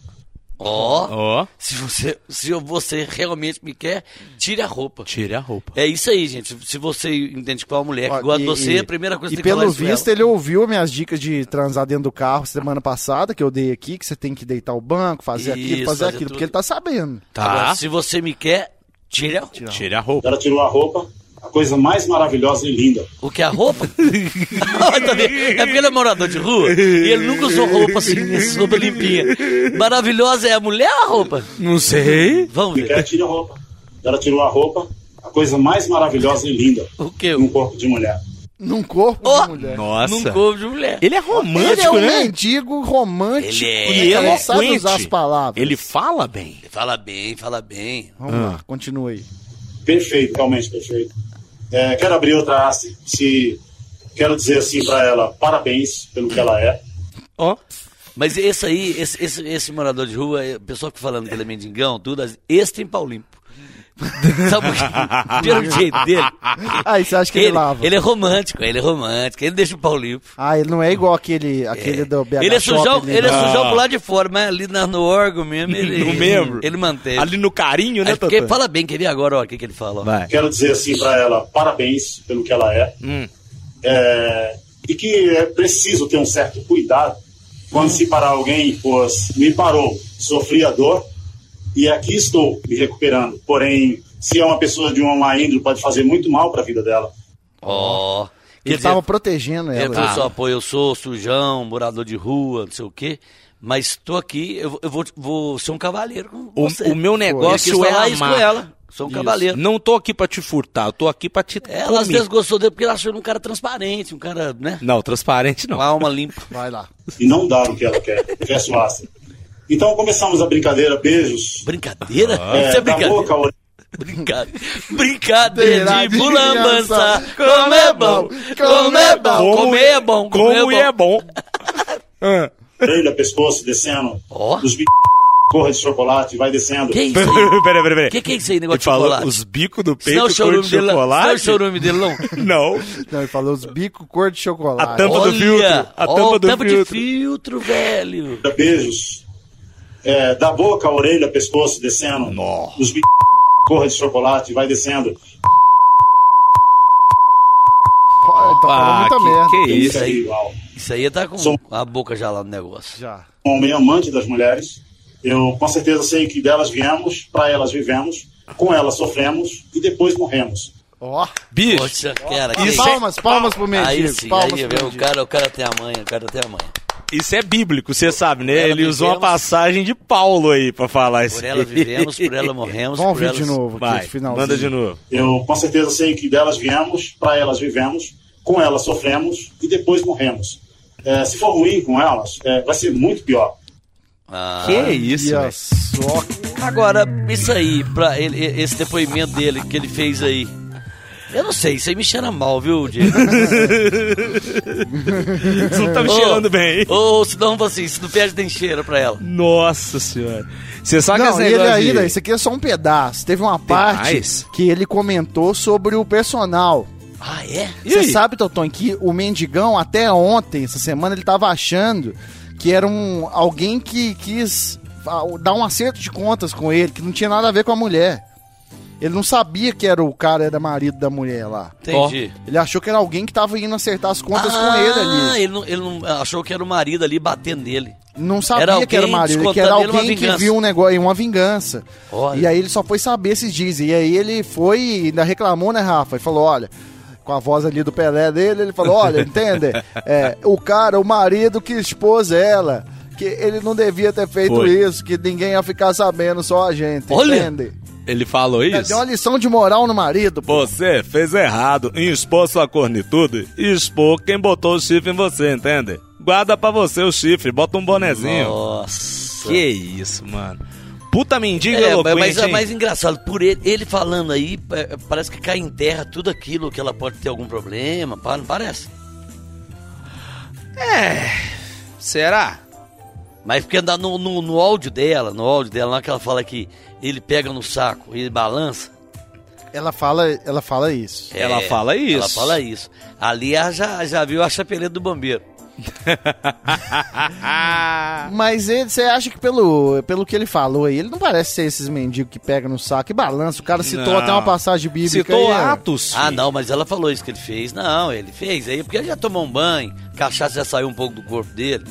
Ó,
Ó,
se você, se você realmente me quer, tire a roupa.
tire a roupa.
É isso aí, gente. Se você entende qual é a mulher
Ó,
que gosta
e-
de você,
e-
a primeira coisa
E
que tem que falar
pelo
é isso pra
visto,
ela.
ele ouviu minhas dicas de transar dentro do carro semana passada, que eu dei aqui, que você tem que deitar o banco, fazer aquilo,
Isso,
fazer,
fazer
aquilo,
tudo.
porque ele tá sabendo.
Tá.
Agora, se você me quer, tire a roupa.
Tire a roupa.
Ela tirou a roupa, a coisa mais maravilhosa e linda.
O que? é A roupa? Olha, tá vendo? é porque ele é morador de rua e ele nunca usou roupa assim, essas roupas limpinhas. Maravilhosa é a mulher ou a roupa?
Não sei.
Vamos ver.
Miquel tira a roupa. Ela tirou a roupa, a coisa mais maravilhosa e linda
O quê?
num corpo de mulher.
Num corpo
Ó,
de mulher.
Nossa.
Num couve de mulher.
Ele é
Ele é
romântico,
um
né?
mendigo romântico.
Ele é.
né,
E
cara?
eloquente.
sabe usar as palavras.
Ele fala bem.
Fala bem, fala bem.
Vamos lá, continue aí.
Perfeito, realmente perfeito. É, quero abrir outra haste. Se quero dizer assim para ela, parabéns pelo que ela é.
Ó.
Mas esse aí, esse, esse, esse morador de rua, é, o pessoal que falando que ele é mendigão, tudo, as- esse tem pau limpo. Sabe por quê? Pelo jeito dele.
Aí Ah, você acha que ele,
Ele,
lava?
ele é romântico, ele é romântico, ele deixa o pau limpo.
Ah, ele não é igual aquele, aquele do BH
Ele é
Shopping,
sujão,
né?
ele é
Não.
sujão pro lado de fora, mas ali na- no órgão mesmo, ele,
Ah. No membro.
ele mantém.
Ali no carinho, né,
Aí, porque
Totô?
fala bem, queria agora, ó, o que, que ele fala. ó.
Vai.
Quero dizer assim para ela, parabéns pelo que ela é.
Hum.
É, E que é preciso ter um certo cuidado quando se parar alguém, pois me parou, sofri a dor e aqui estou me recuperando. Porém, se é uma pessoa de uma má índole, pode fazer muito mal para a vida dela.
Ó.
Ele
Quer dizer,
tava protegendo
ele
ela.
falou só, pô, eu sou sujão, morador de rua, não sei o quê, mas tô aqui, eu, eu vou, vou ser um cavaleiro com
O,
você.
o meu
Ele
negócio
quis
é
falar isso
amar.
com ela. Sou um
Isso.
cavaleiro.
Não tô aqui pra te furtar, eu tô aqui pra te
Ela às
comer.
vezes gostou dele porque ela achou ele um cara transparente, um cara, né?
Não, transparente
Com
não.
a alma limpa.
Vai lá.
E não dar o que ela quer. Verso Astra. Então começamos a brincadeira, beijos.
Brincadeira?
Ah,
É,
tá
Isso é
da
brincadeira.
boca, a orelha.
Brincadeira. Brincadeira de
Brincadeira,
bulambança.
criança.
Como é bom. Como é bom. Comer é bom.
Como
Comer
é bom. Ah,
orelha, pescoço, descendo.
Ó.
Os b... corra de chocolate, vai descendo.
Que isso aí?
Peraí, peraí, peraí.
Que que é isso aí, negócio
Ele
de
falou
chocolate?
os bicos do
Isso não é
peito
o
cor
chorume
de
dele, não. Isso não é o
chocolate?
chorume dele, não.
Não.
Não, ele falou os bicos cor de chocolate.
A tampa- do filtro, a tampa
ó,
do
de
filtro.
filtro, velho.
beijos. É, da boca, a orelha, pescoço, descendo.
Nó.
Os b... corra de chocolate, vai descendo.
Ele tá falando
Ah,
muita merda.
que, que isso.
é isso aí.
Igual.
Isso aí tá com
Sou-
a boca já lá no negócio.
Já.
Um homem amante das mulheres. Eu com certeza sei que delas viemos, para elas vivemos, com elas sofremos e depois morremos.
Ó.
Bicho,
Poxa, cara, que
Palmas,
isso
palmas, palmas pro
Aí
mendigo.
sim,
palmas
aí, vê,
pro
o,
mendigo.
cara, o cara tem a manha, o cara tem a manha.
isso é bíblico, você sabe, né?
ela
Ele usou uma
vivemos.
passagem de Paulo aí pra falar isso.
Por ela vivemos, por ela morremos,
Vamos
por
ouvir
ela...
de novo aqui,
Vai,
esse finalzinho.
manda de novo.
Eu com certeza sei que delas viemos, para elas vivemos, com elas sofremos e depois morremos. É, se for ruim com elas, é, vai ser muito pior.
Ah,
que isso,
E a
velho.
só-
Agora, isso aí, pra ele, e- esse depoimento dele que ele fez aí. Eu não sei, isso aí me cheira mal, viu, Diego?
Isso não tá me
Ô,
cheirando bem.
Ou se não, assim, se não perde, tem cheiro pra ela.
Nossa senhora. Você sabe que
Não,
esse
e ele
negócio
ainda,
de-
isso aqui é só um pedaço. Teve uma parte
mais?
que ele comentou sobre o personal.
Ah, é?
E
Você
aí?
sabe, Toton, que o mendigão até ontem, essa semana, ele tava achando que era um alguém que quis ah, dar um acerto de contas com ele, que não tinha nada a ver com a mulher. Ele não sabia que era o cara, era marido da mulher lá.
Entendi.
Ele achou que era alguém que tava indo acertar as contas com
Ah,
ele ali.
Ele não, ele não achou que era o marido ali batendo nele.
Não sabia
Era
que era
alguém
marido, que era
descontando nele uma
alguém que
vingança.
viu um negócio, uma vingança.
Olha.
E aí ele só foi saber esses dias. E aí ele foi e ainda reclamou, né, Rafa? E falou, olha, com a voz ali do Pelé dele, ele falou, olha, entende? É, o cara, o marido que expôs ela, que ele não devia ter feito
Foi.
isso, que ninguém ia ficar sabendo, só a gente,
Olha.
entende?
Ele é falou
Já
isso?
Deu uma lição de moral no marido, pô.
Você fez errado em expor sua cornitude e expor quem botou o chifre em você, entende? Guarda pra você o chifre, bota um bonezinho.
Nossa.
Que isso, mano. Puta mendiga
É, mas-
eloquente,
mas é
hein?
mais engraçado, por ele, ele falando aí, pa- parece que cai em terra tudo aquilo que ela pode ter algum problema, pá, não parece?
Será?
Mas porque na- no, no, no áudio dela, no áudio dela, lá que ela fala que ele pega no saco e ele balança.
Ela fala, ela fala isso.
Ela fala isso.
É, Ela fala isso. Ali ela já, já viu a chapeleta do bombeiro.
Mas ele- você acha que pelo, pelo que ele falou aí, ele não parece ser esses mendigos que pega no saco e balança. O cara citou
Não.
até uma passagem bíblica.
Citou é.
aí, é. ó.
Atos.
Ah,
filho.
não, mas ela falou isso que ele fez. Não, ele fez aí, porque ele já tomou um banho, a cachaça já saiu um pouco do corpo dele.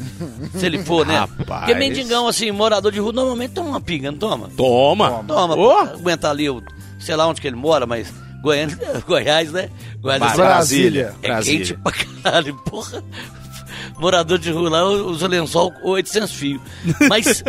Se ele for, né?
Rapaz.
Porque mendigão, assim, morador de rua, normalmente toma uma pinga, não toma?
Toma.
Toma,
Ô,
aguenta ali, o- sei lá onde que ele mora, mas Goiânia, Goiás, né? Goiás,
Ba-
assim,
Brasília.
É
Brasília.
quente pra caralho, porra. Morador de rua lá usa lençol com 800 fios. Mas,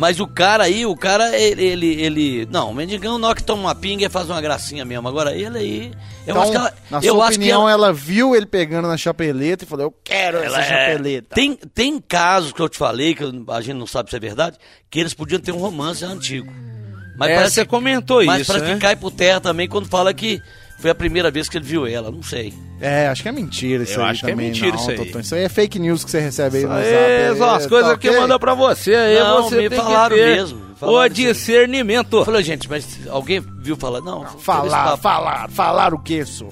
mas o cara aí, o cara, ele. ele, ele- não, o mendigão, na hora que toma uma pinga, ele faz uma gracinha mesmo. Agora ele aí. Eu
Então,
acho que ela.
na
eu
sua
acho que
opinião, é
ela-
ela viu ele pegando na chapeleta e falou, eu quero
ela
essa
é-
chapeleta.
Tem, tem casos que eu te falei, que eu- a gente não sabe se é verdade, que eles podiam ter um romance antigo. Mas
É,
parece
você
que-
comentou
mas
isso,
parece
né?
que cai por terra também quando fala que foi a primeira vez que ele viu ela, não sei.
É, acho que é mentira isso
Eu
aí
acho que é
também,
mentira
não,
isso aí.
Totó. Isso aí é fake news que você recebe aí no WhatsApp.
É, só
É,
as coisas
tá
que
ok?
mandam pra você aí,
Não,
você
me
tem
falaram
que ter
mesmo, me
o
falaram isso aí.
discernimento.
Eu falei, gente, mas alguém viu falar? Não, teve esse
Falar,
tá-
papo.
falar, falar o que isso?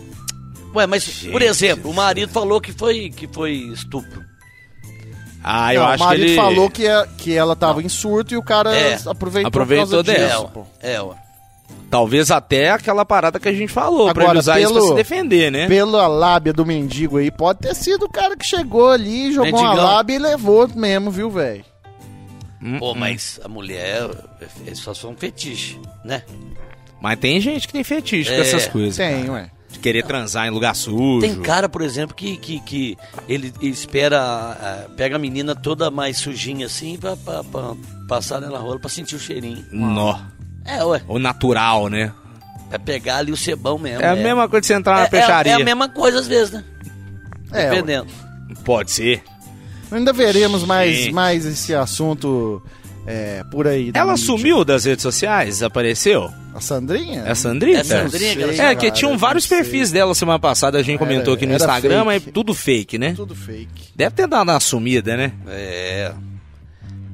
Ué, mas, por exemplo, o marido falou que foi, que foi estupro.
Ah,
Não, o marido falou que, é- que ela tava em surto e o cara
É,
aproveitou,
aproveitou
por causa
dela.
disso,
ué.
pô.
É, ué.
Talvez até aquela parada que a gente falou, pra ele
Agora,
usar isso pra
pelo-
se defender, né?
Pela lábia do mendigo aí, pode ter sido o cara que chegou ali, jogou uma
Mendigão.
lábia e levou mesmo, viu, velho?
Pô, mas a mulher, é só só um fetiche, né?
Mas tem gente que tem fetiche com
É.
essas coisas.
Tem,
cara.
ué.
De querer transar em lugar sujo.
Tem cara, por exemplo, que, que, que ele ele espera, ah, pega a menina toda mais sujinha assim pra, pra- pra passar nela rola pra sentir o cheirinho.
Nó.
É, ué,
Ou natural, né?
é pegar ali o sebão mesmo.
É, a mesma coisa de você entrar na
é, é,
peixaria.
é a mesma coisa às vezes, né?
É, ué.
Dependendo.
Pode ser.
Ainda veremos mais,
Gente.
mais esse assunto é, por aí. da
Ela
mídia.
sumiu das redes sociais? Desapareceu?
A Sandrinha?
É a Sandrita?
É a Sandrinha que ela
É,
chama.
que tinham
Cara,
vários
não sei.
perfis dela semana passada, a gente
Era-
comentou aqui no
era
Instagram,
fake.
mas tudo fake, né?
Tudo fake.
Deve ter dado uma sumida, né?
É.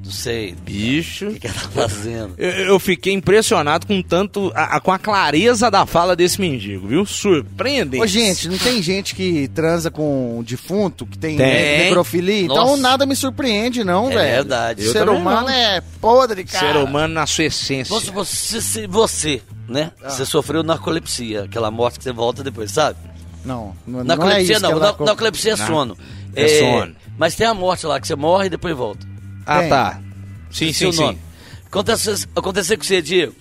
Não sei. O
Bicho.
que, que ela tá fazendo?
Eu, eu fiquei impressionado com tanto. a- a- com a clareza da fala desse mendigo, viu? Surpreendente.
Ô, gente, não tem gente que transa com um defunto, que tem,
Tem.
necrofilia? Então
Nossa.
nada me surpreende, não,
É
velho.
verdade.
O
Eu
ser
também
humano
não.
é podre, cara.
Ser humano na sua essência.
Nossa, você, se- você, né?
Ah.
Você sofreu narcolepsia, aquela morte que você volta depois, sabe?
Não, não, não é
Narcolepsia
isso.
não,
que
na-
ela co-
narcolepsia é
Na-
sono.
é sono.
Mas tem a morte lá, que você morre e depois volta.
ah,
tem.
tá. Sim,
Esqueci
sim,
o nome.
sim.
Aconteceu, aconteceu com você, Diego.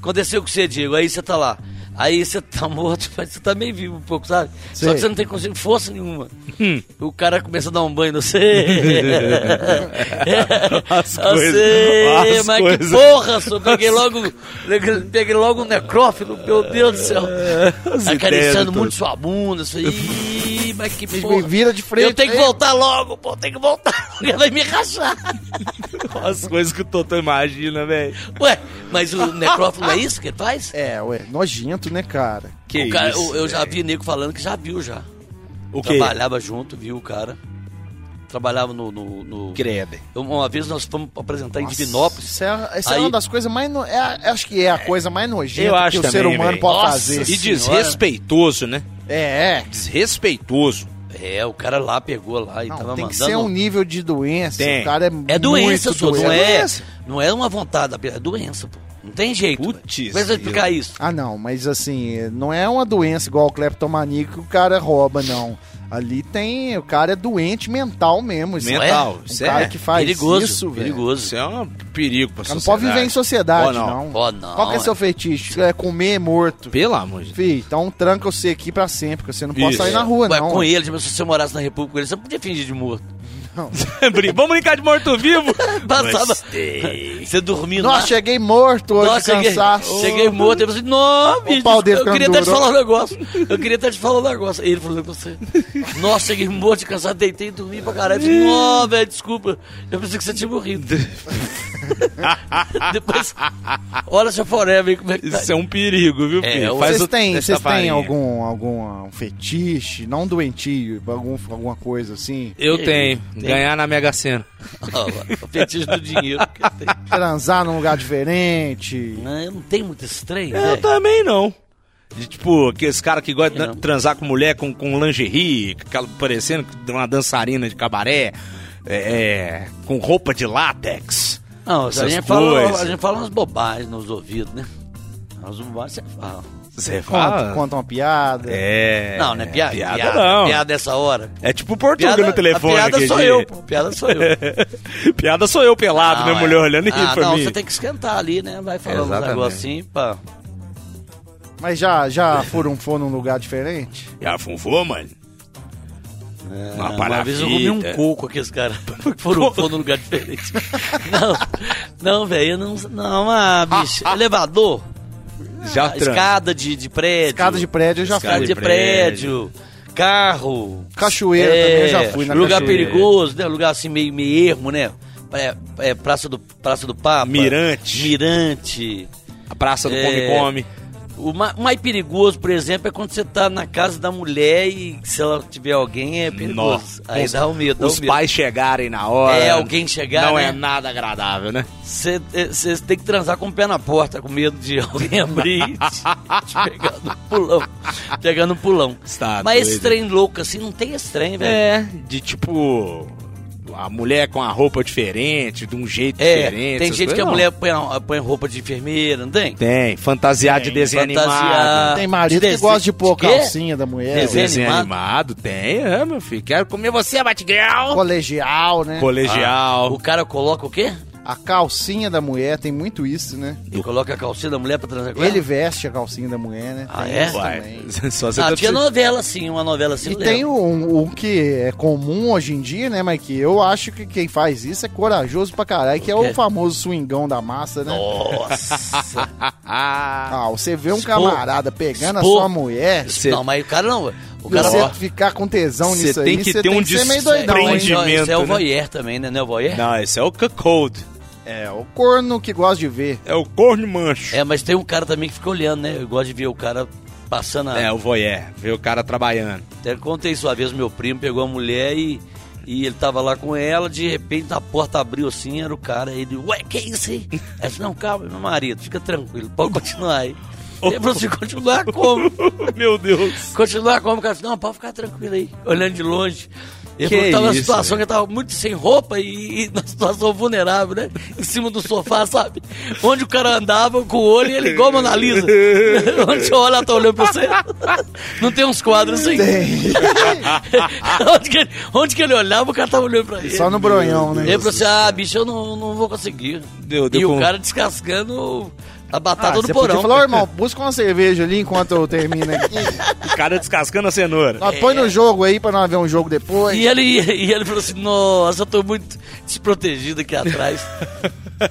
Aconteceu com você, Diego. Aí você tá lá. Aí você tá morto, mas você tá meio vivo um pouco, sabe? Só
Sei.
que você não tem consigo força nenhuma.
Hum.
O cara começa a dar um banho no você.
As
Eu
coisas-
sei,
as
mas
coisas.
que porra, só peguei logo, peguei logo um necrófilo, meu Deus do céu.
ideias
Acariciando
todas.
muito sua bunda, isso aí. Ih, mas que
Eles
porra.
me vira de frente.
eu tenho que
aí.
voltar logo, pô, tenho que voltar, porque vai me rachar.
As coisas que o Totó imagina, velho.
Ué, mas o necrófilo é isso que ele faz?
É, ué, nojento, né, cara?
Que
o cara,
isso,
eu, eu já vi nego falando que já viu já.
O quê?
Trabalhava junto, viu o cara. Trabalhava no. no, no-
Credo.
Eu- Uma vez nós fomos apresentar em
Nossa,
Divinópolis.
Isso é, isso é
Aí-
uma das coisas mais. No... é a- acho que é a coisa mais nojenta
Eu acho
que o ser
também,
humano
velho.
pode
Nossa,
fazer.
E
Senhora.
desrespeitoso, né?
É, é.
Desrespeitoso.
É, o cara lá pegou lá e
Não,
tava
tem
mandando.
que ser um nível de doença.
Tem.
O cara é,
É doença,
muito
senhor.
doente.
Não é,
doença.
não é uma vontade, é doença, pô. Não tem jeito.
Putz,
velho. Como é que você vai explicar isso?
Ah, não, mas assim, não é uma doença igual o cleptomania que o cara rouba, não. Ali tem. O cara é doente mental mesmo. Isso
Mental,
É? Um
isso
cara
é.
que faz
perigoso,
isso, velho.
perigoso.
Isso é um perigo pra
O cara não
sociedade.
pode viver em sociedade,
Ó, não.
não.
Ó, não,
Qual que é
é.
seu feitiço? É comer morto.
Pelo amor de Deus.
Fih, então tranca você aqui pra sempre, que você não pode
Isso.
sair na rua,
Ué,
não. é?
com ele, tipo, se você morasse na República com ele, você não podia fingir de morto.
Brin- Vamos brincar de morto-vivo?
Passava.
Gostei.
Você dormindo lá.
Nossa, cheguei morto hoje,
Nossa, cheguei,
cansaço.
cheguei morto. Eu falei, assim, não, bicho,
pau dele
eu queria até te
pendurou.
falar um negócio. Eu queria até te falar um negócio. Aí ele falou pra você. Nossa, cheguei morto, cansado, deitei e dormi pra caralho. Eu falei, não, velho, desculpa. Eu pensei que você tinha morrido. Depois, olha seu forever aí como é que tá.
Isso é um perigo, viu,
É,
filho?
o-
Faz
Vocês
o-
têm,
dessa
vocês têm
farinha.
algum, algum fetiche, não doentio, algum, alguma coisa assim?
Eu tenho.
Tem.
Ganhar na Mega Sena.
Olha lá, o fetiche do dinheiro. que tem.
Transar num lugar diferente?
Não, eu não tenho muito né? estranho,
Eu
velho.
também não. É. De, tipo, aqueles caras que gostam
Não.
de transar com mulher com, com lingerie, com aquela- parecendo que uma dançarina de cabaré, é, é, com roupa de látex.
Não, a gente,
Essas
fala,
coisas.
a gente fala umas bobagens nos ouvidos, né? Umas bobagens você fala.
Você
Conta,
fala.
conta uma piada.
Ah. É.
não, né? Piada,
Piada,
piada,
não.
piada dessa hora.
É tipo o Portuga no telefone.
a piada
aquele
sou
dia.
eu, pô. Piada sou eu.
piada sou eu pelado,
Não,
né?
é.
Mulher olhando e rindo
ah,
pra
não,
mim.
você tem que esquentar ali, né? Vai falando um
Exatamente.
negócio assim, pá.
Mas já, já foram, foram num lugar diferente?
E a funfou, mano? Uma
É, Uma vez eu comi um
parafita.
coco aqui, esse cara. Foram, foram num lugar diferente. Não, não, velho, eu não. Não, ah, bicho, elevador,
Já transa.
escada de, de prédio.
Escada de prédio eu já
É Escada
escada
fui.
de
de prédio, carro. É,
Cachoeira também eu já fui na
Lugar
cachoeira.
perigoso, né? Lugar assim meio, meio ermo, né? É, é, Praça, do, Praça do Papa.
Mirante.
Mirante.
A praça do
É.
Come Come.
O ma- mais perigoso, por exemplo, é quando você tá na casa da mulher e se ela tiver alguém, é perigoso.
Nossa.
Aí dá o medo, dá o
Os
medo.
pais chegarem na hora.
É, alguém chegar,
Não
né?
é nada agradável, né?
Você tem que transar com o pé na porta, com medo de alguém abrir e te- te pegar no pulão. Pegar no pulão.
Está
Mas esse
Tá doido.
trem louco assim, não tem esse trem, velho.
É, de tipo. A mulher com a roupa diferente, de um jeito
É,
diferente.
tem
essas
gente que a
coisas,
mulher põe, a- põe roupa de enfermeira, não tem?
não. Tem, fantasiar de desenho animado.
Fantasiar.
Tem marido que
Desenho-
gosta de pôr a
quê?
calcinha da mulher.
Desenho
Desenho
animado?
animado, tem, é, meu filho. Quero comer você, Batgirl!
Colegial, né?
Colegial.
Ah, O cara coloca o quê?
A calcinha da mulher, tem muito isso, né?
Ele coloca a calcinha da mulher pra transar com
Ele
ela?
veste a calcinha da mulher, né?
Ah,
Tem
é?
isso
Uai,
também.
só você
Ah,
tá
tinha
precisando-
novela assim, uma novela assim.
E
eu lembro.
tem um, um que é comum hoje em dia, né, mas que eu acho que quem faz isso é corajoso pra caralho, que é
quê?
o famoso swingão da massa, né?
Nossa.
Ah, você vê um
Expor-
camarada pegando
expor-
a sua mulher,
Cê-
Não, mas o cara não. O
e
cara
você
ó,
ficar com tesão
Cê
nisso
tem
aí,
que
você
ter
tem
um
que ser meio
desprendimento,
doidão, hein?
né? rendimento,
Isso é o
né?
voyeur também, né? Não é o voyeur?
Não, esse é o cuckold.
É, o corno que gosta de ver.
É o corno mancho.
É, mas tem um cara também que fica olhando, né? Eu gosto de ver o cara passando a...
É, o voyeur. Ver o cara trabalhando.
Até contei isso uma vez, meu primo pegou a mulher e, e ele tava lá com ela, de repente a porta abriu assim, era o cara, ele, ué, que é isso aí? Ela disse, não, calma, meu marido, fica tranquilo, pode continuar aí. Ele falou assim, continuar como?
Meu Deus.
Continuar como? O cara disse, não, pode ficar tranquilo aí, olhando de longe. Ele
Que
falou, tava numa
isso,
situação
velho.
que eu tava muito sem roupa e, e na situação vulnerável, né? Em cima do sofá, sabe? Onde o cara andava com o olho e ele igual a Mona Lisa. Onde você olha, ela tá olhando pra você. Não tem uns quadros assim? onde, que ele, onde que ele olhava, o cara tava olhando pra ele.
Só no bronhão, né?
Ele falou assim, ah, bicho, eu não, não vou conseguir.
Deu- deu
e
com-
o cara descascando a batata
Ah,
do
você
porão. né?"
podia falar, "Ô, irmão, busca uma cerveja ali enquanto eu termino aqui.
O cara descascando a cenoura.
Nós Põe no jogo aí pra nós ver um jogo depois.
É. E é ele, e ele falou assim, nossa, eu tô muito desprotegido aqui atrás.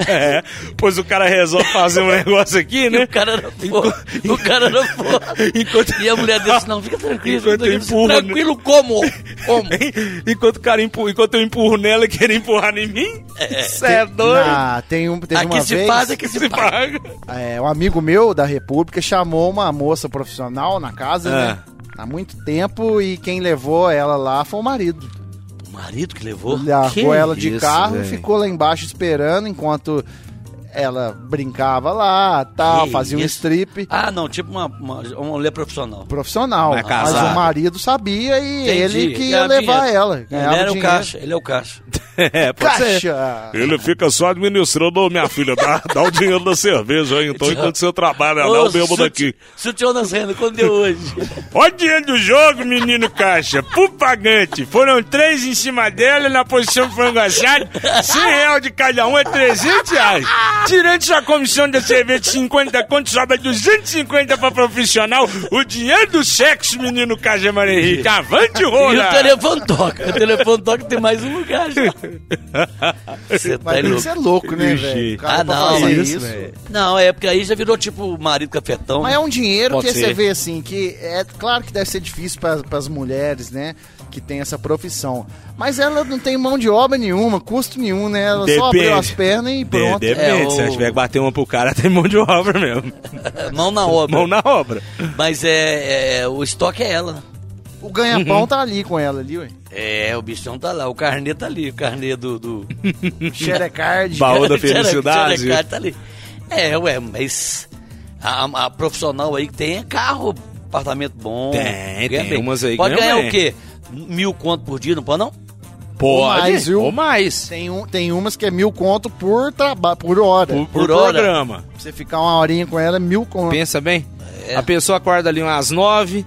É, pois o cara resolve fazer um negócio aqui,
E
né?
o cara era foda. O cara era foda. E a mulher disse, não, fica tranquilo.
Enquanto
fica tranquilo.
empurra, né?
tranquilo como? Como?
Enquanto, o cara empu- enquanto eu empurro nela e quer empurrar em mim, você é doido.
Ah, tem um, teve
Aqui
uma
se
vez,
faz, aqui se
Se
paga.
paga.
é, um amigo meu da República chamou uma moça profissional na casa,
É.
Ah.
né? Há muito tempo e quem levou ela lá foi o marido.
O marido que levou?
Largou ela de
isso,
carro
véi.
e ficou lá embaixo esperando enquanto ela brincava lá, tal,
Que
fazia um
isso?
strip
Ah, não, tipo uma, uma, uma mulher profissional.
profissional.
Mas
Mas
casado.
o marido sabia e
é Entendi.
ele que ia
Ganhava
levar
dinheiro.
ela.
Ele
ganhava
era o
dinheiro.
caixa, ele é o caixa.
É, pode ser.
Caixa!
Ele fica só administrando, ô, minha filha, dá, dá o dinheiro da cerveja aí, então, enquanto você trabalha lá,
Ô,
eu bebo
sute-
daqui.
Suteou nas rendas, quando deu hoje?
Olha o dinheiro do jogo, menino caixa. Pupagante. Foram três em cima dela na posição de frango assado. 100 real de cada um é 300 reais. Tirando sua comissão da cerveja de 50 conto, sobra 250 pra profissional. O dinheiro do sexo, menino caixa Maria Henrique. Avante,
E o
rola.
telefone toca. O telefone toca tem mais um lugar já. Você tá
Mas tem que
louco.
ser louco, né,
Vixe.
velho? O cara
Ah,
pra
não,
fazer
mas
isso,
isso.
velho.
Não, é porque aí já virou tipo o marido cafetão.
Mas é um dinheiro
Pode
que
ser.
você vê assim, que é claro que deve ser difícil para as mulheres, né? Que tem essa profissão. Mas ela não tem mão de obra nenhuma, custo nenhum, né? Ela só
Depende.
abriu as pernas e
De-
pronto.
Depende,
É,
se
o-
eu tiver que bater uma pro cara, tem mão de obra mesmo.
Mão na obra.
Mão na obra.
Mas é, é- o estoque é ela.
O
Uhum.
ganha-pão tá ali com ela ali, ué.
É, o bichão tá lá, o carnê tá ali, o carnê do. do...
Xerecard.
Baú da felicidade.
Tcharecard tá ali. É, ué, mas a, a- a profissional aí que tem é carro, apartamento bom.
Tem,
ganha
tem
bem.
umas aí que
Pode
ganham
ganhar
bem.
o quê? Mil conto por dia, não pode não?
Pode,
mais, viu?
ou mais.
Tem, um, tem umas que é mil conto por, traba- por hora.
Por, por
Por hora.
programa.
Pra Você ficar uma horinha com ela é mil conto.
Pensa bem. A pessoa acorda ali umas nove,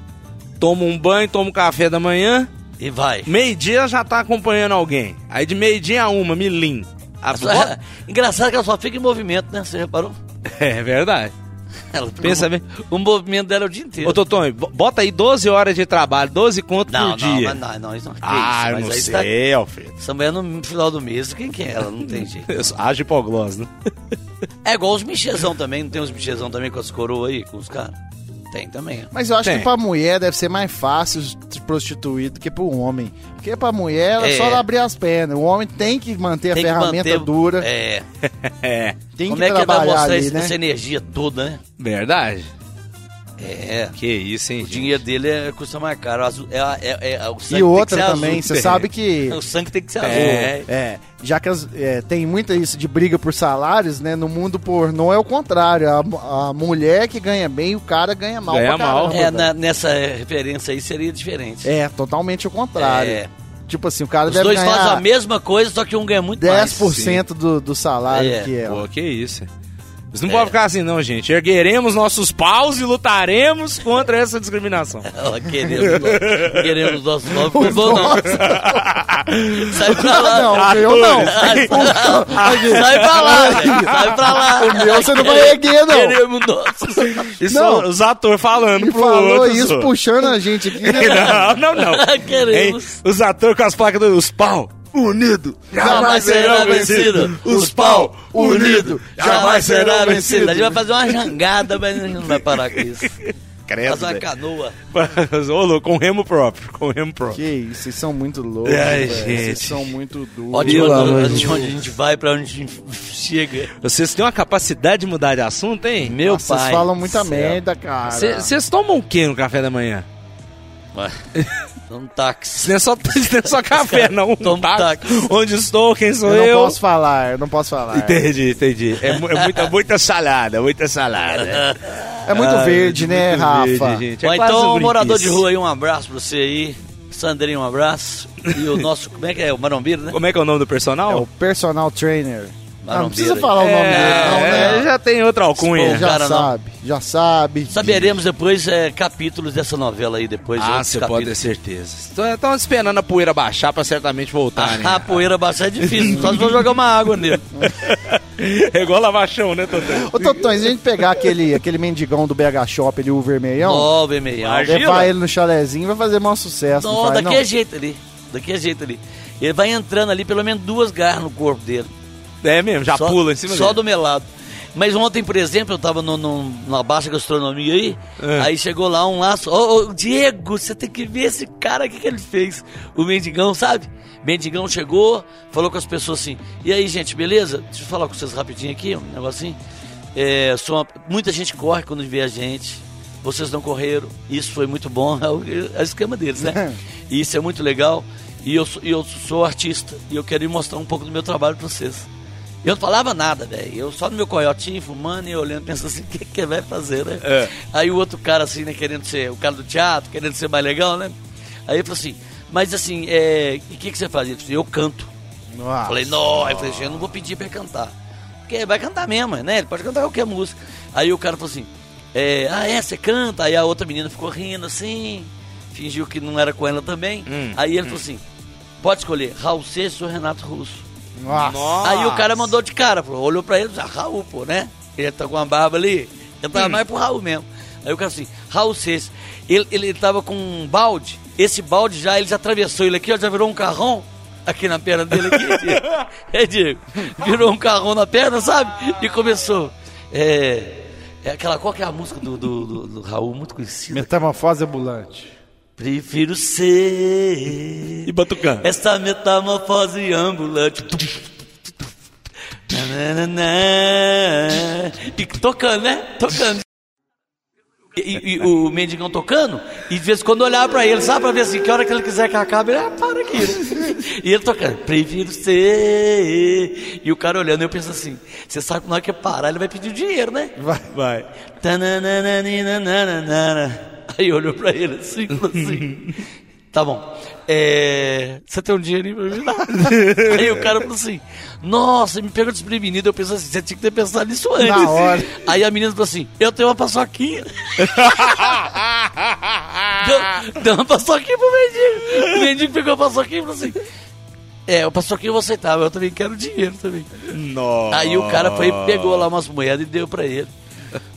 toma um banho, toma um café da manhã,
E vai.
meio-dia já tá acompanhando alguém. Aí de meio-dia a uma, milim. A-
é, Engraçado que ela só fica em movimento, né? Você reparou?
É verdade.
Ela-
Pensa bem.
O movimento dela é o dia inteiro.
Ô, Totonho, bo- bota aí 12 horas de trabalho, 12 conto
Não,
por
não,
dia.
mas não, não, isso não. é que
ah,
isso,
eu
mas
não
aí está-
sei, Alfredo.
Essa mulher no final do mês, quem que é ela? Não tem jeito.
Eu só acho hipoglós, né?
É igual os michezão também, não tem uns michezão também com as coroas aí, com os caras? Tem também. ó.
Mas eu acho
Tem.
que pra mulher deve ser mais fácil se prostituir do que pro homem. Porque pra mulher ela
É.
só ela abrir as pernas. O homem tem que manter a
Tem que
ferramenta
manter-
dura,
É.
É,
tem
Como
que
é que dá pra
trabalhar
mostrar
ali,
esse-
né?
essa energia toda, né?
verdade.
É.
Que isso, hein,
O
gente?
dinheiro dele é, custa mais caro. azul- é, a- é- é- o sangue tem
E
que
outra
ser
também,
azul.
você
tem.
sabe que
O sangue tem que
É.
ser azul.
É, já que as- é, tem muita isso de briga por salários, né? No mundo pornô é o contrário. A, mu- a mulher que ganha bem e o cara ganha mal.
Ganha
pra caramba,
mal.
É,
velho.
na- nessa referência aí seria diferente.
É, totalmente o contrário.
É.
Tipo assim, o cara
Os
deve
dois fazem a
ganhar
mesma coisa, só que um ganha muito mais.
10% do, do salário
É,
que ela.
Pô, que isso. Mas não pode ficar assim, não, gente. Ergueremos nossos paus e lutaremos contra essa discriminação.
Ela queremos, no- queremos nossos novos. Não vou, não. Sai pra lá.
Não, o meu não.
Sai pra lá, gente. Sai pra lá.
O meu você não vai erguer, não.
Queremos nossos.
Isso
Não.
são os atores falando
Ele
pro
falou
outro.
isso
só.
puxando a gente aqui. né?
Não, não, não. Hein?
Queremos.
Os atores com as placas dos pau unido,
Jamais será vencido. Os pau unido. Jamais será vencido. A gente vai fazer uma jangada, mas a gente não vai parar com isso.
Credo.
Fazer uma canoa.
velho. Ô, louco, com remo próprio, com remo próprio.
Que isso, vocês são muito loucos.
Ai,
É,
velho. Vocês
gente.
são muito duros.
Ótimo,
Pelo amor
de
de
onde a gente vai, pra onde a gente chega.
Vocês têm uma capacidade de mudar de assunto, hein?
Meu
Nossa,
pai.
Vocês falam muita
do céu.
merda, cara.
Cê- Vocês tomam o que no café da manhã?
Ué, Um táxi.
Isso não é só, isso não é só café, não. Um
Toma um
táxi.
táxi.
Onde estou, quem sou
eu,
eu?
não posso falar, eu não posso falar.
Entendi, entendi. É, mu- é muita, muita salada, muita salada.
É muito
Ah,
Ai,
verde, né,
muito
Rafa?
verde, gente. É
Bom,
quase um
então,
brinde.
morador de rua aí, um abraço pra você aí. Sandrinho, um abraço. E o nosso, como é que é? O Marombeiro, né?
Como é que é o nome do
É o
personal?
personal trainer. Ah, não precisa
Marombeiro.
falar o nome
É,
dele, não,
é,
né?
já tem outra alcunha.
Expor.
Já
É, cara, não.
sabe, já sabe.
Saberemos depois é, capítulos dessa novela aí depois.
Ah,
outros
você pode ter
capítulos.
certeza. Estão esperando a poeira baixar pra certamente voltar, né?
Ah, a poeira baixar é difícil, só se for jogar uma água nele.
É igual lavar chão, né, Totão?
Ô, Totões, se a gente pegar aquele, aquele mendigão do BH Shop ali, o vermelhão,
Nove e meia.
levar ele no chalezinho, vai fazer maior sucesso.
Não,
Não, vai, não.
daquele jeito ali. Daquele jeito ali. Ele vai entrando ali, pelo menos duas garras no corpo dele.
É mesmo, já
Só-
pula em cima
Só
dele.
do melado. Mas ontem, por exemplo, eu tava no, no- numa baixa gastronomia aí,
É.
aí chegou lá um laço. Ô, ô, Diego, você tem que ver esse cara, o que, que ele fez? O mendigão, sabe? Mendigão chegou, falou com as pessoas assim: e aí, gente, beleza? Deixa eu falar com vocês rapidinho aqui, um negocinho. É, sou uma- muita gente corre quando vê a gente. Vocês não correram, isso foi muito bom. É o, é o esquema deles, né? E Isso é muito legal. E eu, sou- e eu sou artista e eu quero ir mostrar um pouco do meu trabalho pra vocês. Eu não falava nada, velho. Eu só no meu coiotinho, fumando e olhando, pensando assim, o que, que vai fazer, né?
É.
Aí o outro cara, assim, né, querendo ser, o cara do teatro, querendo ser mais legal, né? Aí ele falou assim, mas assim, é, e o que, que você faz? Ele falou assim, eu canto.
Nossa.
Ah,
Falei, não, aí eu falei assim, eu não vou pedir pra ele cantar. Porque ele vai cantar mesmo, né? Ele pode cantar qualquer música. Aí o cara falou assim, é, ah, é, você canta? Aí a outra menina ficou rindo assim, fingiu que não era com ela também.
Hum,
aí ele falou assim, pode escolher, Raul Seixas ou Renato Russo.
Nossa.
Aí
Ah.
o cara mandou de cara, falou, olhou pra ele, já Raul, pô, né? Ele tá com uma barba ali, ele tava mais pro Raul mesmo. Aí o cara assim, Raul Seixas, ele, ele, ele tava com um balde, esse balde já, ele já atravessou ele aqui, ó, já virou um carrão aqui na perna dele aqui, Diego. É, Diego, virou um carrão na perna, sabe? E começou, é... é aquela, qual que é a música do, do, do- do Raul, muito conhecida?
Metamorfose ambulante.
Prefiro ser...
E batucando.
Essa metamorfose ambulante. Nananã. E tocando, né? Tocando. E, e o mendigão tocando, e de vez em quando eu olhava pra ele, sabe? Pra ver assim, que hora que ele quiser que acabe, ele, ah, para aqui. né? E ele tocando, prefiro ser. E o cara olhando, eu penso assim, você sabe que na hora que eu parar, ele vai pedir dinheiro, né?
Vai, vai.
Tananananinananana. Aí olhou pra ele assim e falou assim: Tá bom, é, você tem um dinheirinho pra me dar? Aí o cara falou assim: Nossa, me pegou desprevenido. Eu pensei assim: Você tinha que ter pensado nisso antes.
Na hora.
Aí a menina falou assim: Eu tenho uma paçoquinha. deu, deu uma paçoquinha pro mendigo. O mendigo pegou a paçoquinha e falou assim: É, o paçoquinha eu vou aceitar, mas eu também quero dinheiro também.
Nossa.
Aí o cara foi e pegou lá umas moedas e deu pra ele.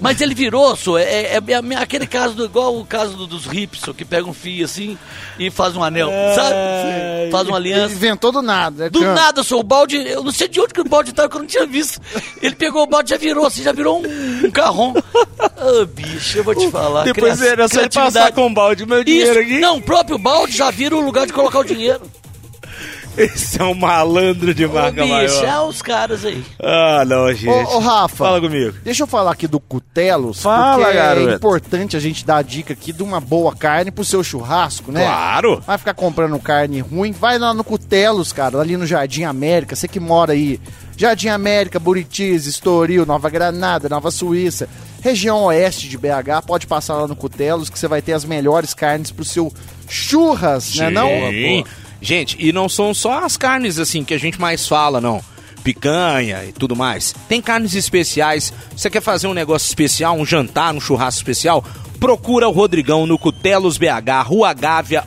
Mas ele virou, só é, é- é aquele caso do, igual o caso do- dos hips, só que pega um fio assim e faz um anel,
É,
sabe? Faz uma
Ele
aliança.
inventou do nada. né,
Do
Ah.
canto.
nada, sou o balde, eu não sei de onde que o balde tava, que eu não tinha visto. Ele pegou o balde, já virou assim, já virou um, um carrão. Ô, bicho, eu vou te falar.
Depois
cria-
era só ele passar
criatividade.
com o balde meu dinheiro
Isso,
aqui.
não, o próprio balde já vira o lugar de colocar o dinheiro.
Esse é um malandro de
Ô,
marca
bicho,
maior.
é os caras aí.
Ah, não, gente.
Ô, ô, Rafa.
Fala comigo.
Deixa eu falar aqui do cutelos,
Fala,
porque
garoto.
é importante a gente dar a dica aqui de uma boa carne pro seu churrasco, né?
Claro.
Vai ficar comprando carne ruim, vai lá no Cutelos, cara, ali no Jardim América, você que mora aí. Jardim América, Buritis, Estoril, Nova Granada, Nova Suíça, região oeste de BH, pode passar lá no Cutelos que você vai ter as melhores carnes pro seu churras, né não?
Sim. Gente, e não são só as carnes assim que a gente mais fala, não. Picanha e tudo mais. Tem carnes especiais. Você quer fazer um negócio especial, um jantar, um churrasco especial? Procura o Rodrigão no Cutelos BH, Rua Gávea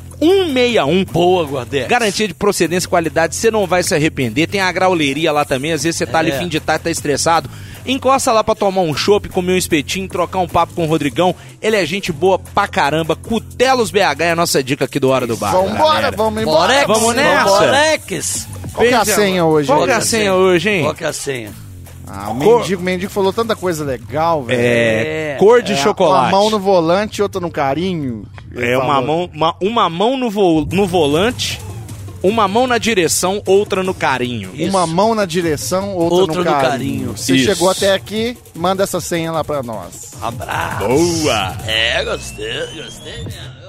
161.
Boa, Guardé.
É. Garantia de procedência e qualidade, você não vai se arrepender. Tem a grauleria lá também, às vezes você tá ali
É.
fim de tarde, tá estressado. Encosta lá pra tomar um chopp, comer um espetinho, trocar um papo com o Rodrigão. Ele é gente boa pra caramba. Cutelos BH é a nossa dica aqui do Hora do Bar.
Vambora,
galera.
vamos embora.
Vamos nessa.
Borex.
Qual que é a
Beijo,
senha
amor.
hoje,
Qual
hein?
que é a senha hoje,
Qual
hein?
que é a senha?
Ah, o mendigo, o mendigo falou tanta coisa legal, velho.
É,
É.
cor de
É,
chocolate.
Uma mão no volante, outra no carinho. Ele
É uma
falou.
mão, uma, uma mão no, vo- no volante, uma mão na direção, outra no carinho.
Isso.
Uma mão na direção, outra
Outra
no
no
carinho.
carinho.
Se
Isso.
chegou até aqui, manda essa senha lá pra nós.
Abraço.
Boa!
É, gostei, gostei mesmo.